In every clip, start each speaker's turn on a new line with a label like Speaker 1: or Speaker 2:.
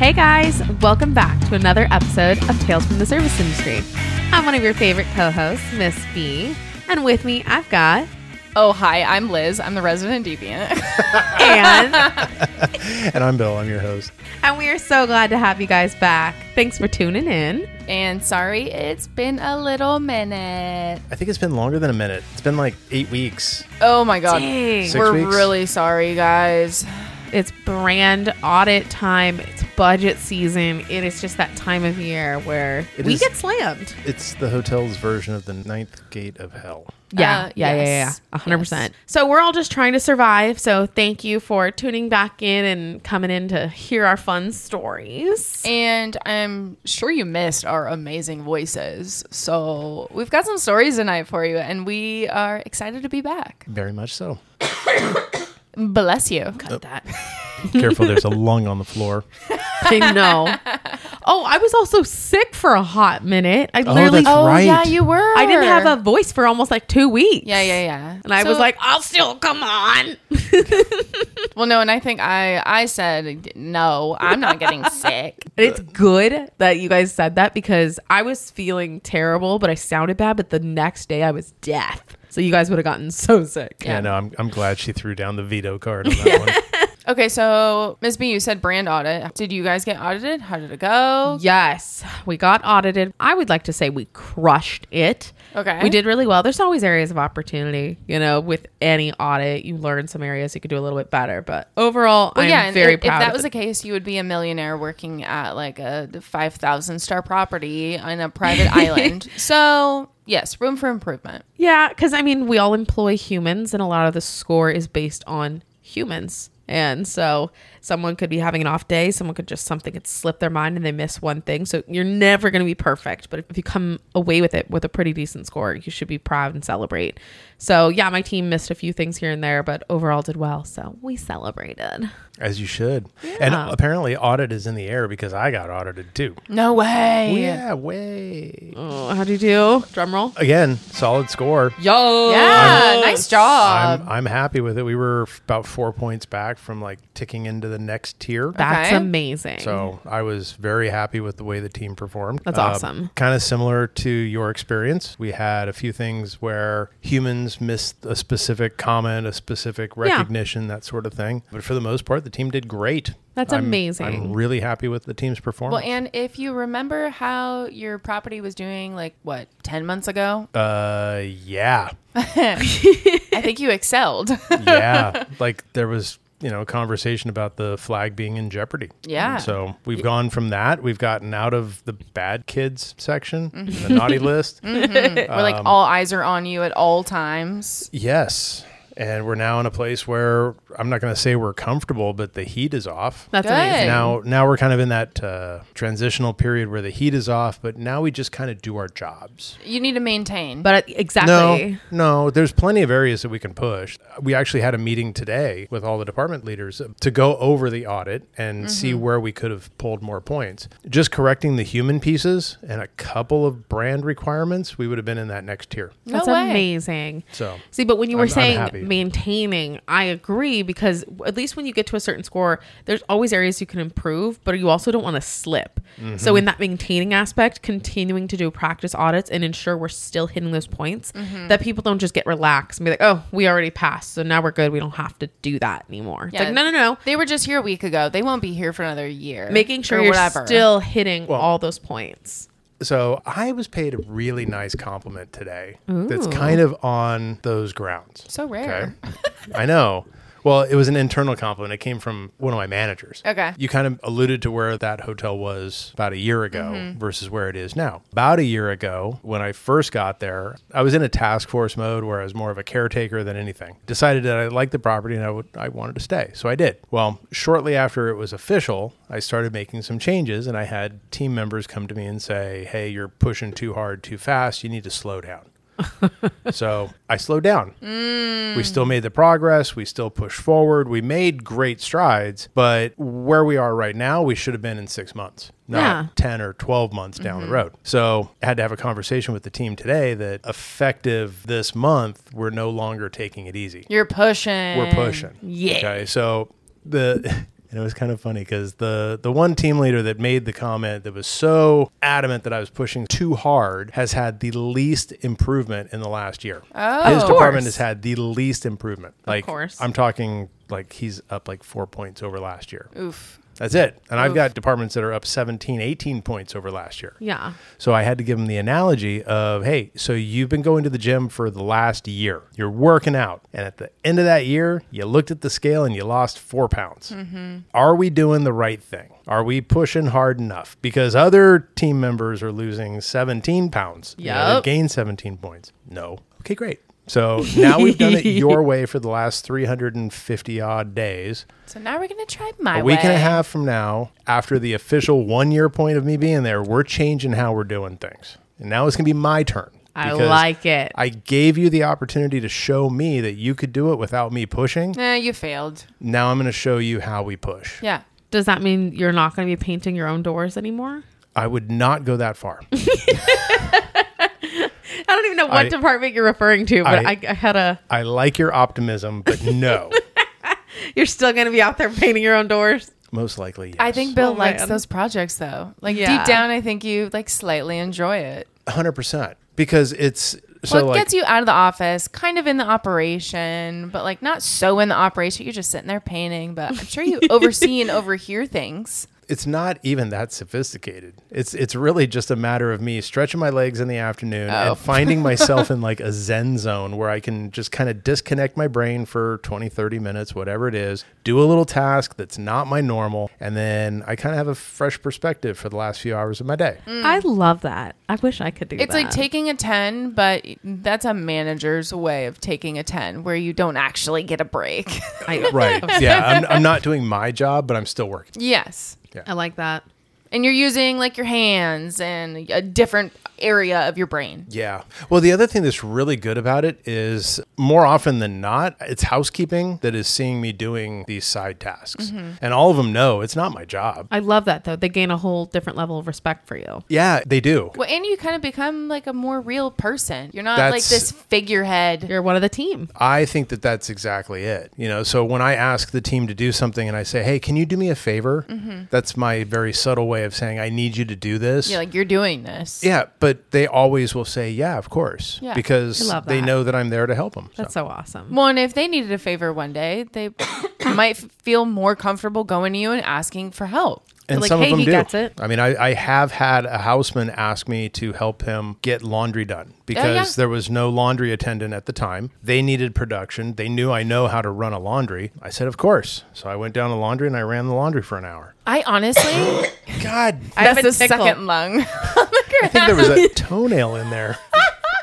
Speaker 1: Hey guys, welcome back to another episode of Tales from the Service Industry. I'm one of your favorite co hosts, Miss B, and with me I've got
Speaker 2: Oh, hi, I'm Liz. I'm the resident deviant.
Speaker 1: Anne.
Speaker 3: And I'm Bill. I'm your host.
Speaker 1: and we are so glad to have you guys back. Thanks for tuning in.
Speaker 2: and sorry, it's been a little minute.
Speaker 3: I think it's been longer than a minute. It's been like eight weeks.
Speaker 2: Oh my god.
Speaker 1: Dang.
Speaker 3: Six
Speaker 2: We're
Speaker 3: weeks?
Speaker 2: really sorry, guys.
Speaker 1: It's brand audit time, it's budget season. It is just that time of year where
Speaker 3: It
Speaker 1: we
Speaker 3: is-
Speaker 1: get slammed.
Speaker 3: It's the hotel's version of the ninth gate of hell.
Speaker 1: Yeah,
Speaker 2: Uh,
Speaker 1: yeah, yeah, yeah,
Speaker 2: yes,
Speaker 1: yeah, 100%.
Speaker 2: yes.
Speaker 1: So we're all just trying to survive. So thank you for tuning back in and coming in to hear our fun stories.
Speaker 2: And I'm sure you missed our amazing voices. So, we've got some stories tonight for you, and we are excited to be back.
Speaker 3: Very much so.
Speaker 2: Bless you.
Speaker 1: Cut that.
Speaker 3: Careful, there's a lung on the floor.
Speaker 1: I know. Oh, I was also sick for a hot minute. I literally,
Speaker 3: that's-
Speaker 2: Oh,
Speaker 3: Right.
Speaker 2: yeah, you were.
Speaker 1: I didn't have a voice for almost like two weeks.
Speaker 2: Yeah, yeah, yeah.
Speaker 1: And I was
Speaker 2: So-
Speaker 1: like, I'll still come on.
Speaker 2: well, no, and I think I I said no. I'm not getting sick.
Speaker 1: And it's good that you guys said that because I was feeling terrible, but I sounded bad. But the next day I was deaf. So you guys would have gotten so sick.
Speaker 3: Yeah, no, um, I'm, I'm glad she threw down the veto card on that one.
Speaker 2: Okay, so Ms. B, you said brand audit. Did you guys get audited? How did it go?
Speaker 1: Yes, we got audited. I would like to say we crushed it.
Speaker 2: Okay.
Speaker 1: We did really well. There's always areas of opportunity, you know, with any audit. You learn some areas you could do a little bit better. But overall,
Speaker 2: Well,
Speaker 1: I'm
Speaker 2: yeah, and
Speaker 1: very
Speaker 2: if,
Speaker 1: proud.
Speaker 2: if that
Speaker 1: of
Speaker 2: was
Speaker 1: it.
Speaker 2: the case, you would be a millionaire working at like a five thousand star property on a private island. So yes, room for improvement.
Speaker 1: yeah, because I mean, we all employ humans, and a lot of the score is based on humans. And so someone could be having an off day, someone could just something could slip their mind and they miss one thing. So you're never going to be perfect, but if you come away with it with a pretty decent score, you should be proud and celebrate. So, yeah, my team missed a few things here and there, but overall did well. So, we celebrated.
Speaker 3: As you should. And apparently, audit is in the air because I got audited too.
Speaker 2: No way.
Speaker 3: yeah, way.
Speaker 1: Oh, how'd you do? Drum roll.
Speaker 3: Again, solid score.
Speaker 1: Yo.
Speaker 2: Yeah, nice job.
Speaker 3: I'm, I'm happy with it. We were about four points back from like ticking into the next tier.
Speaker 1: That's
Speaker 2: Okay.
Speaker 1: amazing.
Speaker 3: So I was very happy with the way the team performed.
Speaker 1: That's awesome.
Speaker 3: Kind of similar to your experience. We had a few things where humans missed a specific comment, a specific recognition, that sort of thing. But for the most part, the team did great.
Speaker 1: That's
Speaker 3: I'm-
Speaker 1: amazing.
Speaker 3: I'm really happy with the team's
Speaker 2: well,
Speaker 3: performance.
Speaker 2: and if you remember how your property was doing, like what ten months ago,
Speaker 3: uh, yeah,
Speaker 2: I think you excelled.
Speaker 3: yeah. like there was. You know, a conversation about the flag being in jeopardy.
Speaker 2: Yeah.
Speaker 3: And so we've gone from that. We've gotten out of the bad kids section,
Speaker 1: Mm-hmm.
Speaker 3: the naughty list.
Speaker 2: Where
Speaker 1: Um,
Speaker 2: like all eyes are on you at all times.
Speaker 3: Yes. And we're now in a place where I'm not going to say we're comfortable, but the heat is off.
Speaker 1: That's
Speaker 2: Good.
Speaker 1: amazing.
Speaker 3: now, now we're kind of in that uh, transitional period where the heat is off, but now we just kind of do our jobs.
Speaker 2: You need to maintain.
Speaker 1: But uh, exactly.
Speaker 3: No, no, there's plenty of areas that we can push. We actually had a meeting today with all the department leaders to go over the audit and see where we could have pulled more points. Just correcting the human pieces and a couple of brand requirements, we would have been in that next tier.
Speaker 2: no
Speaker 1: That's
Speaker 2: way.
Speaker 1: amazing.
Speaker 3: So,
Speaker 1: See, but when you were
Speaker 3: I'm- I'm
Speaker 1: saying
Speaker 3: happy.
Speaker 1: maintaining, I agree because at least when you get to a certain score, there's always areas you can improve, but you also don't want to slip.
Speaker 3: Mm-hmm.
Speaker 1: So in that maintaining aspect, continuing to do practice audits and ensure we're still hitting those points
Speaker 2: Mm-hmm.
Speaker 1: that people don't just get relaxed and be like, "Oh, we already passed, so now we're good. We don't have to do that anymore." It's like, "No, no, no."
Speaker 2: They were just here a week ago. They won't be here for another year.
Speaker 1: Making sure
Speaker 2: or
Speaker 1: you're still hitting all those points.
Speaker 3: So I was paid a really nice compliment today. That's kind of on those grounds.
Speaker 2: So rare.
Speaker 3: I know. Well, it was an internal compliment. It came from one of my managers.
Speaker 2: Okay.
Speaker 3: You kind of alluded to where that hotel was about a year ago versus where it is now. About a year ago, when I first got there, I was in a task force mode where I was more of a caretaker than anything. Decided that I liked the property and I would I wanted to stay. So I did. Well, shortly after it was official, I started making some changes and I had team members come to me and say, "Hey, you're pushing too hard, too fast. You need to slow down." so I slowed down. We still made the progress. We still pushed forward. We made great strides, but where we are right now, we should have been in six months, not
Speaker 1: Yeah.
Speaker 3: 10 or 12 months down the road. So I had to have a conversation with the team today that effective this month, we're no longer taking it easy.
Speaker 2: You're pushing.
Speaker 3: We're pushing.
Speaker 1: Yeah.
Speaker 3: Okay. So the. And it was kind of funny because the, the one team leader that made the comment that was so adamant that I was pushing too hard has had the least improvement in the last year.
Speaker 2: Oh.
Speaker 3: His
Speaker 2: Of
Speaker 3: department
Speaker 2: course.
Speaker 3: has had the least improvement. Like,
Speaker 1: course.
Speaker 3: I'm talking like he's up like four points over last year.
Speaker 2: Oof.
Speaker 3: That's it. And I've got departments that are up 17, 18 points over last year.
Speaker 1: Yeah.
Speaker 3: So I had to give him the analogy of, hey, so you've been going to the gym for the last year. You're working out. And at the end of that year, you looked at the scale and you lost four pounds. Are we doing the right thing? Are we pushing hard enough? Because other team members are losing 17 pounds. You know,
Speaker 1: Yup.
Speaker 3: they gained 17 points. No. Okay, great. So now we've done it your way for the last 350 odd days
Speaker 2: So now we're gonna try my
Speaker 3: a week and a
Speaker 2: way.
Speaker 3: half from now, after the official one year point of me being there, we're changing how we're doing things. And now it's going to be my turn.
Speaker 1: I
Speaker 3: because
Speaker 1: like it.
Speaker 3: I gave you the opportunity to show me that you could do it without me pushing.
Speaker 2: Nah, you failed.
Speaker 3: Now I'm going to show you how we push.
Speaker 2: Yeah.
Speaker 1: Does that mean you're not going to be painting your own doors anymore?
Speaker 3: I would not go that far.
Speaker 1: I don't even know what
Speaker 3: I-
Speaker 1: department you're referring to, but
Speaker 3: I-
Speaker 1: I, I had a.
Speaker 3: I like your optimism, but no,
Speaker 1: You're still going to be out there painting your own doors.
Speaker 3: most likely. Yes.
Speaker 2: I think Bill
Speaker 1: Oh,
Speaker 2: likes
Speaker 1: man.
Speaker 2: those projects though. Like
Speaker 1: Yeah.
Speaker 2: deep down, I think you like slightly enjoy it.
Speaker 3: 100% because it's so
Speaker 2: Well, it
Speaker 3: like
Speaker 2: gets you out of the office, kind of in the operation, but like not so in the operation. You're just sitting there painting, but I'm sure you oversee and overhear things.
Speaker 3: it's not even that sophisticated. It's it's really just a matter of me stretching my legs in the afternoon
Speaker 2: Oh.
Speaker 3: and finding myself in like a zen zone where I can just kind of disconnect my brain for 20 30 minutes whatever it is, do a little task that's not my normal and then I kind of have a fresh perspective for the last few hours of my day.
Speaker 1: Mm. I love that. I wish I could do
Speaker 2: It's
Speaker 1: that.
Speaker 2: like taking a 10, but that's a manager's way of taking a 10 where you don't actually get a break.
Speaker 1: I,
Speaker 3: Right. Yeah, I'm I'm not doing my job, but I'm still working.
Speaker 2: yes.
Speaker 1: I like that.
Speaker 2: And you're using like your hands and a different area of your brain.
Speaker 3: Yeah. Well, the other thing that's really good about it is more often than not, it's housekeeping that is seeing me doing these side tasks. And all of them know it's not my job.
Speaker 1: I love that though. They gain a whole different level of respect for you.
Speaker 3: Yeah, they do.
Speaker 2: Well, and you kind of become like a more real person. You're not like
Speaker 3: That's-
Speaker 2: this figurehead.
Speaker 1: You're one of the team.
Speaker 3: I think that that's exactly it. You know, so when I ask the team to do something and I say, "Hey, can you do me a favor?" That's my very subtle way of saying I need you to do this.
Speaker 2: You're like, you're doing this.
Speaker 3: yeah, but they always will say, "Yeah, of course,"
Speaker 2: Yeah.
Speaker 3: because
Speaker 1: I love
Speaker 3: they
Speaker 1: that.
Speaker 3: know that I'm there to help them.
Speaker 1: That's so awesome.
Speaker 2: Well, and if they needed a favor one day, they might f- feel more comfortable going to you and asking for help.
Speaker 3: and
Speaker 1: Like,
Speaker 3: some
Speaker 1: hey,
Speaker 3: of them
Speaker 1: he
Speaker 3: do.
Speaker 1: gets it.
Speaker 3: I mean, I, I have had a houseman ask me to help him get laundry
Speaker 1: Oh,
Speaker 3: done because
Speaker 2: yeah.
Speaker 3: there was no laundry attendant at the time. They needed production. They knew I know how to run a laundry. I said, of course. So I went down to laundry and I ran the laundry for an hour.
Speaker 2: I honestly,
Speaker 3: God, I
Speaker 1: have
Speaker 2: that's
Speaker 1: a
Speaker 2: the
Speaker 1: tickle.
Speaker 2: second lung.
Speaker 3: think there was a toenail in there.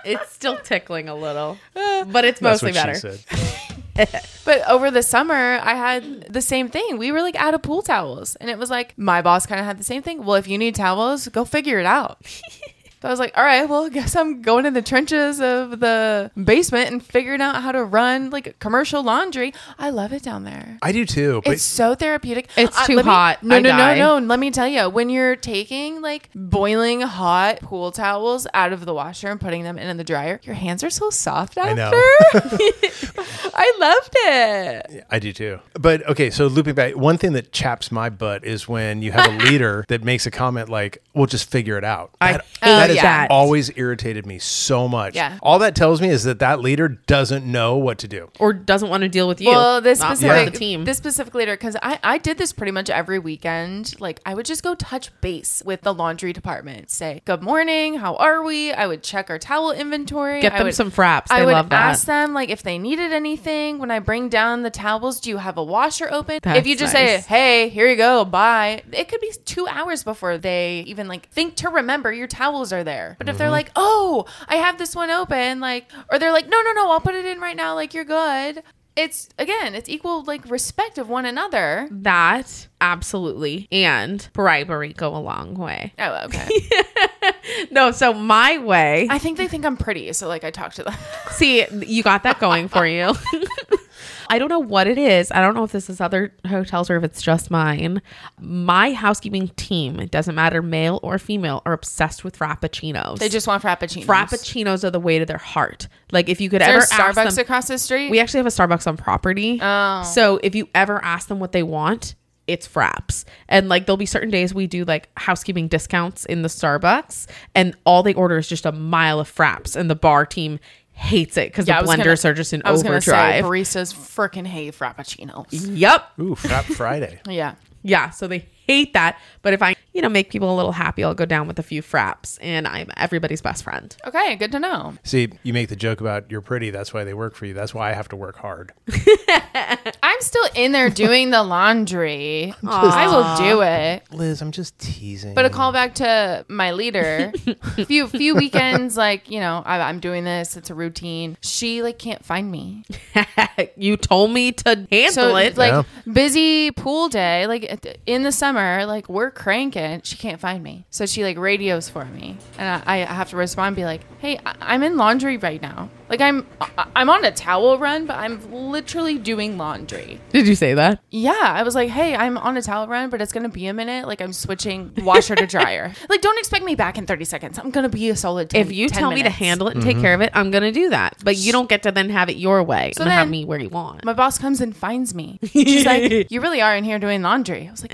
Speaker 1: It's still tickling a little, but it's
Speaker 3: That's
Speaker 1: mostly
Speaker 3: what she
Speaker 1: better.
Speaker 3: said.
Speaker 2: But over the summer, I had the same thing. We were like out of pool towels. And it was like, my boss kind of had the same thing. Well, if you need towels, go figure it out. so I was like, all right, well, I guess I'm going to the trenches of the basement and figuring out how to run like commercial laundry. I love it down there.
Speaker 3: I do too. But
Speaker 2: It's so therapeutic.
Speaker 1: It's
Speaker 2: Uh,
Speaker 1: too
Speaker 2: let me-
Speaker 1: hot.
Speaker 2: no,
Speaker 1: I
Speaker 2: no,
Speaker 1: die.
Speaker 2: no, no. Let me tell you, when you're taking like boiling hot pool towels out of the washer and putting them in the dryer, your hands are so soft after. I,
Speaker 3: know.
Speaker 2: loved it.
Speaker 3: I do too. But okay, so looping back, one thing that chaps my butt is when you have a leader that makes a comment like, "We'll just figure it out."
Speaker 1: I
Speaker 3: That,
Speaker 1: hate
Speaker 3: that has
Speaker 1: that.
Speaker 3: always irritated me so much.
Speaker 2: Yeah.
Speaker 3: All that tells me is that that leader doesn't know what to do.
Speaker 1: Or doesn't want to deal with you.
Speaker 2: Well, this
Speaker 1: not
Speaker 2: specific
Speaker 1: part of the team.
Speaker 2: this specific leader, because I I did this pretty much every weekend. Like I would just go touch base with the laundry department, say good morning, how are we? I would check our towel inventory.
Speaker 1: Get
Speaker 2: I
Speaker 1: them
Speaker 2: would-
Speaker 1: some fraps.
Speaker 2: I
Speaker 1: They
Speaker 2: would
Speaker 1: love that.
Speaker 2: ask them like if they needed anything. When I bring down the towels, do you have a washer open? if
Speaker 1: That's
Speaker 2: you just
Speaker 1: nice.
Speaker 2: say, "Hey, here you go, bye," it could be two hours before they even like think to remember your towels are there. But
Speaker 1: Mm-hmm.
Speaker 2: if they're like, "Oh, I have this one open," like, or they're like, "No, no, no, I'll put it in right now," like you're good. It's again, it's equal like respect of one another.
Speaker 1: that absolutely and bribery go a long way.
Speaker 2: Oh, okay.
Speaker 1: No, so my way.
Speaker 2: I think they think I'm pretty, so like I talk to them.
Speaker 1: See, you got that going for you. I don't know what it is. I don't know if this is other hotels or if it's just mine. My housekeeping team, it doesn't matter male or female, are obsessed with frappuccinos.
Speaker 2: They just want frappuccinos.
Speaker 1: frappuccinos are the way to their heart. Like if you could ever
Speaker 2: There's
Speaker 1: ask
Speaker 2: Starbucks
Speaker 1: them,
Speaker 2: across the street.
Speaker 1: we actually have a Starbucks on property.
Speaker 2: Oh.
Speaker 1: So if you ever ask them what they want, it's fraps. And like there'll be certain days we do like housekeeping discounts in the Starbucks and all they order is just a mile of fraps and the bar team hates it because
Speaker 2: I
Speaker 1: the
Speaker 2: was gonna-
Speaker 1: blenders are just in
Speaker 2: I was gonna say,
Speaker 1: overdrive.
Speaker 2: baristas freaking hate frappuccinos.
Speaker 1: yep.
Speaker 3: Ooh, Frap Friday.
Speaker 2: Yeah.
Speaker 1: Yeah, so they hate that. But if I, you know, make people a little happy, I'll go down with a few fraps and I'm everybody's best friend.
Speaker 2: Okay, good to know.
Speaker 3: See, you make the joke about you're pretty. That's why they work for you. That's why I have to work hard.
Speaker 2: I'm still in there doing the laundry. I will do it.
Speaker 3: Liz, I'm just teasing.
Speaker 2: But a call back to my leader. few few weekends, like you know, I, I'm doing this. It's a routine. She like can't find me.
Speaker 1: you told me to handle
Speaker 2: So
Speaker 1: it.
Speaker 2: like
Speaker 3: Yeah.
Speaker 2: busy pool day, like at the- in the summer, like we're cranking. She can't find me, so she like radios for me, and I, I have to respond, and be like, "Hey, I, I'm in laundry right now. Like I'm I- I'm on a towel run, but I'm literally doing laundry."
Speaker 1: Did you say that?
Speaker 2: Yeah, I was like, "Hey, I'm on a towel run, but it's gonna be a minute. Like I'm switching washer to dryer. like don't expect me back in 30 seconds. I'm gonna be a solid. 10,
Speaker 1: If you
Speaker 2: 10
Speaker 1: tell me to
Speaker 2: minutes."
Speaker 1: handle it and
Speaker 3: Mm-hmm.
Speaker 1: take care of it, I'm gonna do that. But you don't get to then have it your way
Speaker 2: So
Speaker 1: and have
Speaker 2: then-
Speaker 1: me where you want.
Speaker 2: my boss comes and finds me. She's like, "You really are in here doing laundry." I was like,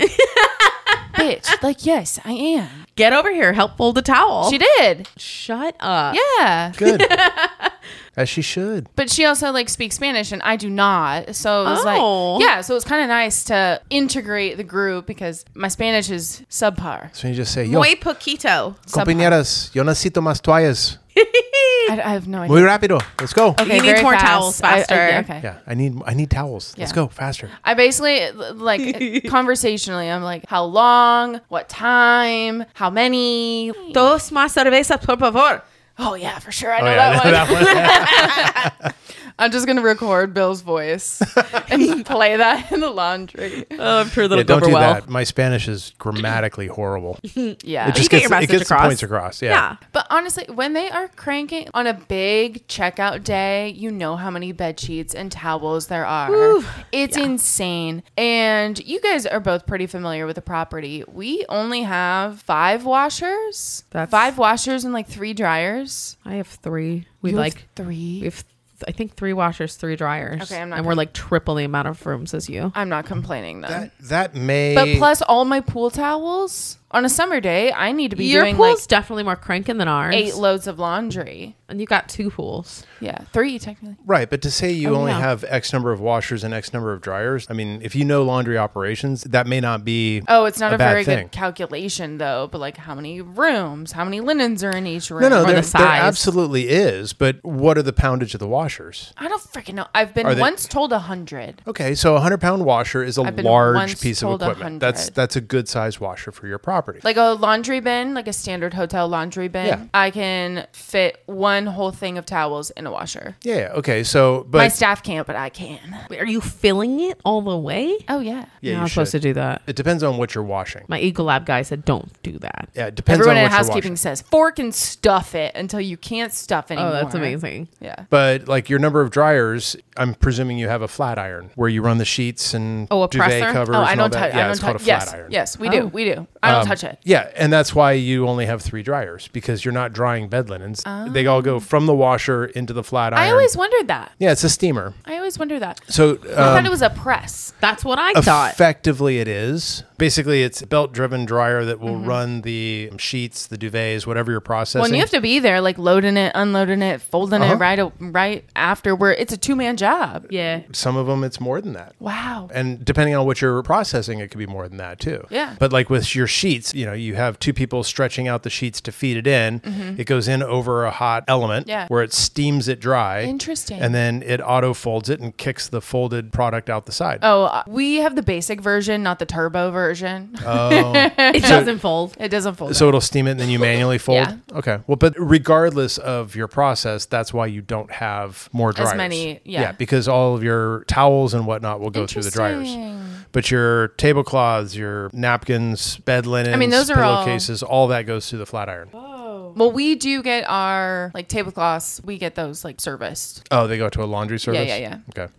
Speaker 2: "Bitch, like yes, I am."
Speaker 1: Get over here, help fold the towel.
Speaker 2: She did.
Speaker 1: Shut up.
Speaker 2: Yeah.
Speaker 3: good. As she should.
Speaker 2: But she also like speaks Spanish and I do not. So it was
Speaker 1: Oh.
Speaker 2: like Yeah, so it was kind of nice to integrate the group because my Spanish is subpar.
Speaker 3: So you just say, yo,
Speaker 1: Muy poquito.
Speaker 3: compañeras, yo necesito más toallas.
Speaker 2: I, I have no idea.
Speaker 3: Muy rápido. Let's go.
Speaker 1: You need
Speaker 2: very
Speaker 1: more towels
Speaker 2: I- I-
Speaker 1: faster.
Speaker 2: okay.
Speaker 3: Yeah, I need I need towels. Let's
Speaker 2: Yeah.
Speaker 3: go faster. Oh,
Speaker 2: I basically like conversationally, I'm like, how long, what time, how many?
Speaker 1: Dos más cervezas, por favor.
Speaker 2: Oh yeah, for sure, I
Speaker 3: Oh
Speaker 2: know that
Speaker 3: yeah,
Speaker 2: one.
Speaker 3: that one.
Speaker 2: I'm just gonna record Bill's voice and play that in the laundry.
Speaker 1: Oh, I'm sure that'll
Speaker 3: Yeah, don't
Speaker 1: go
Speaker 3: do
Speaker 1: over well.
Speaker 3: that. My Spanish is grammatically horrible. It
Speaker 2: Yeah.
Speaker 1: You
Speaker 3: just
Speaker 1: get
Speaker 3: gets,
Speaker 1: your
Speaker 3: it
Speaker 1: message
Speaker 3: gets the
Speaker 1: across.
Speaker 3: points across. Yeah.
Speaker 1: Yeah.
Speaker 2: but honestly, when they are cranking on a big checkout day, you know how many bed sheets and towels there are. It's insane. And you guys are both pretty familiar with the property. We only have five washers,
Speaker 1: That's-
Speaker 2: five washers and like three dryers.
Speaker 1: I have three. We
Speaker 2: You have
Speaker 1: like
Speaker 2: three.
Speaker 1: we have th- I think three washers, three dryers.
Speaker 2: Okay, I'm not
Speaker 1: And we're like triple the amount of rooms as you.
Speaker 2: I'm not complaining though.
Speaker 3: That, that may.
Speaker 2: but plus all my pool towels on a summer day, I need to be
Speaker 1: Your
Speaker 2: doing
Speaker 1: pool's
Speaker 2: like
Speaker 1: definitely more cranking than ours.
Speaker 2: eight loads of laundry.
Speaker 1: and you got two pools.
Speaker 2: Yeah, three technically.
Speaker 3: Right, but to say you
Speaker 1: Oh,
Speaker 3: only
Speaker 1: yeah.
Speaker 3: have X number of washers and X number of dryers, I mean, if you know laundry operations, that may not be.
Speaker 2: Oh, it's not a,
Speaker 3: bad
Speaker 2: very
Speaker 3: thing.
Speaker 2: good calculation though. But like, how many rooms? How many linens are in each room?
Speaker 3: No, no,
Speaker 1: the
Speaker 3: there, there
Speaker 1: size.
Speaker 3: absolutely is. But what are the poundage of the washers?
Speaker 2: I don't freaking know. I've been
Speaker 3: Are they-
Speaker 2: once told a hundred.
Speaker 3: Okay, so a hundred pound washer is a
Speaker 2: I've been
Speaker 3: large
Speaker 2: once
Speaker 3: piece of
Speaker 2: told a
Speaker 3: equipment. That's
Speaker 2: 100.
Speaker 3: that's a good size washer for your property.
Speaker 2: Like a laundry bin, like a standard hotel laundry bin,
Speaker 3: Yeah.
Speaker 2: I can fit one whole thing of towels in a washer.
Speaker 3: yeah, yeah, okay, so but
Speaker 2: My staff can't, but I can.
Speaker 1: Wait, Are you filling it all the way?
Speaker 2: Oh yeah.
Speaker 3: yeah,
Speaker 1: You're
Speaker 3: you
Speaker 1: not supposed to
Speaker 3: should.
Speaker 1: do that.
Speaker 3: It depends on what you're washing.
Speaker 1: My Eagle Lab guy said, "Don't do that."
Speaker 3: Yeah, it depends
Speaker 2: Everyone
Speaker 3: on
Speaker 2: in
Speaker 3: what you're
Speaker 2: housekeeping
Speaker 3: washing.
Speaker 2: says fork and stuff it until you can't stuff anymore.
Speaker 1: Oh, that's amazing.
Speaker 2: Yeah.
Speaker 3: But like your number of dryers, I'm presuming you have a flat iron where you run the sheets and
Speaker 1: Oh, a
Speaker 3: duvet
Speaker 1: presser?
Speaker 3: covers.
Speaker 2: Oh,
Speaker 3: and
Speaker 2: I
Speaker 3: all
Speaker 2: don't
Speaker 3: that.
Speaker 2: touch.
Speaker 3: Yeah,
Speaker 2: I don't
Speaker 3: it's called
Speaker 2: touch.
Speaker 3: a
Speaker 2: Yes,
Speaker 3: flat iron. Um,
Speaker 2: yes, we do,
Speaker 1: Oh.
Speaker 2: we do. I don't touch it.
Speaker 3: Yeah, and that's why you only have three dryers because you're not drying bed linens. They all go from the washer into the flat iron.
Speaker 2: Ah. I always wondered that.
Speaker 3: yeah, it's a steamer.
Speaker 2: I always wondered that. I
Speaker 3: So um,
Speaker 2: thought it was a press.
Speaker 1: That's what I thought.
Speaker 3: effectively, it is basically it's a belt-driven dryer that will run the sheets, the duvets, whatever you're processing.
Speaker 2: Mm-hmm. Well, and you have to be there, like loading it, unloading it, folding
Speaker 3: Uh-huh.
Speaker 2: it right a- right afterward. It's a two man job.
Speaker 1: yeah.
Speaker 3: Some of them, it's more than that.
Speaker 2: Wow.
Speaker 3: And depending on what you're processing, it could be more than that too.
Speaker 2: Yeah.
Speaker 3: But like with your sheets, you know, you have two people stretching out the sheets to feed it in. It goes in over a hot element
Speaker 2: Mm-hmm. Yeah.
Speaker 3: where it steams it dry.
Speaker 2: Interesting.
Speaker 3: And then it auto folds it and kicks the folded product out the side.
Speaker 2: Oh, uh, we have the basic version, not the turbo version.
Speaker 1: It doesn't fold.
Speaker 2: it doesn't fold.
Speaker 3: Uh, So it'll steam it and then you manually fold.
Speaker 2: Yeah.
Speaker 3: Okay. Well, but regardless of your process, that's why you don't have more dryers.
Speaker 2: many- yeah.
Speaker 3: because all of your towels and whatnot will go through the dryers.
Speaker 2: Interesting.
Speaker 3: But your tablecloths, your napkins, bed linens,
Speaker 2: those are all-
Speaker 3: pillowcases, all... that goes through the flat iron.
Speaker 2: well, we do get our like tablecloths. We get those like serviced.
Speaker 3: Oh, they go to a laundry service.
Speaker 2: yeah, yeah.
Speaker 3: Okay.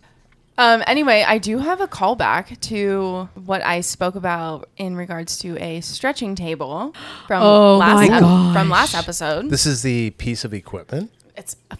Speaker 2: Um, anyway, I do have a callback to what I spoke about in regards to a stretching table from
Speaker 1: Oh
Speaker 2: last
Speaker 1: my
Speaker 2: ep- from
Speaker 1: gosh.
Speaker 2: last episode.
Speaker 3: This is the piece of equipment.
Speaker 2: It's a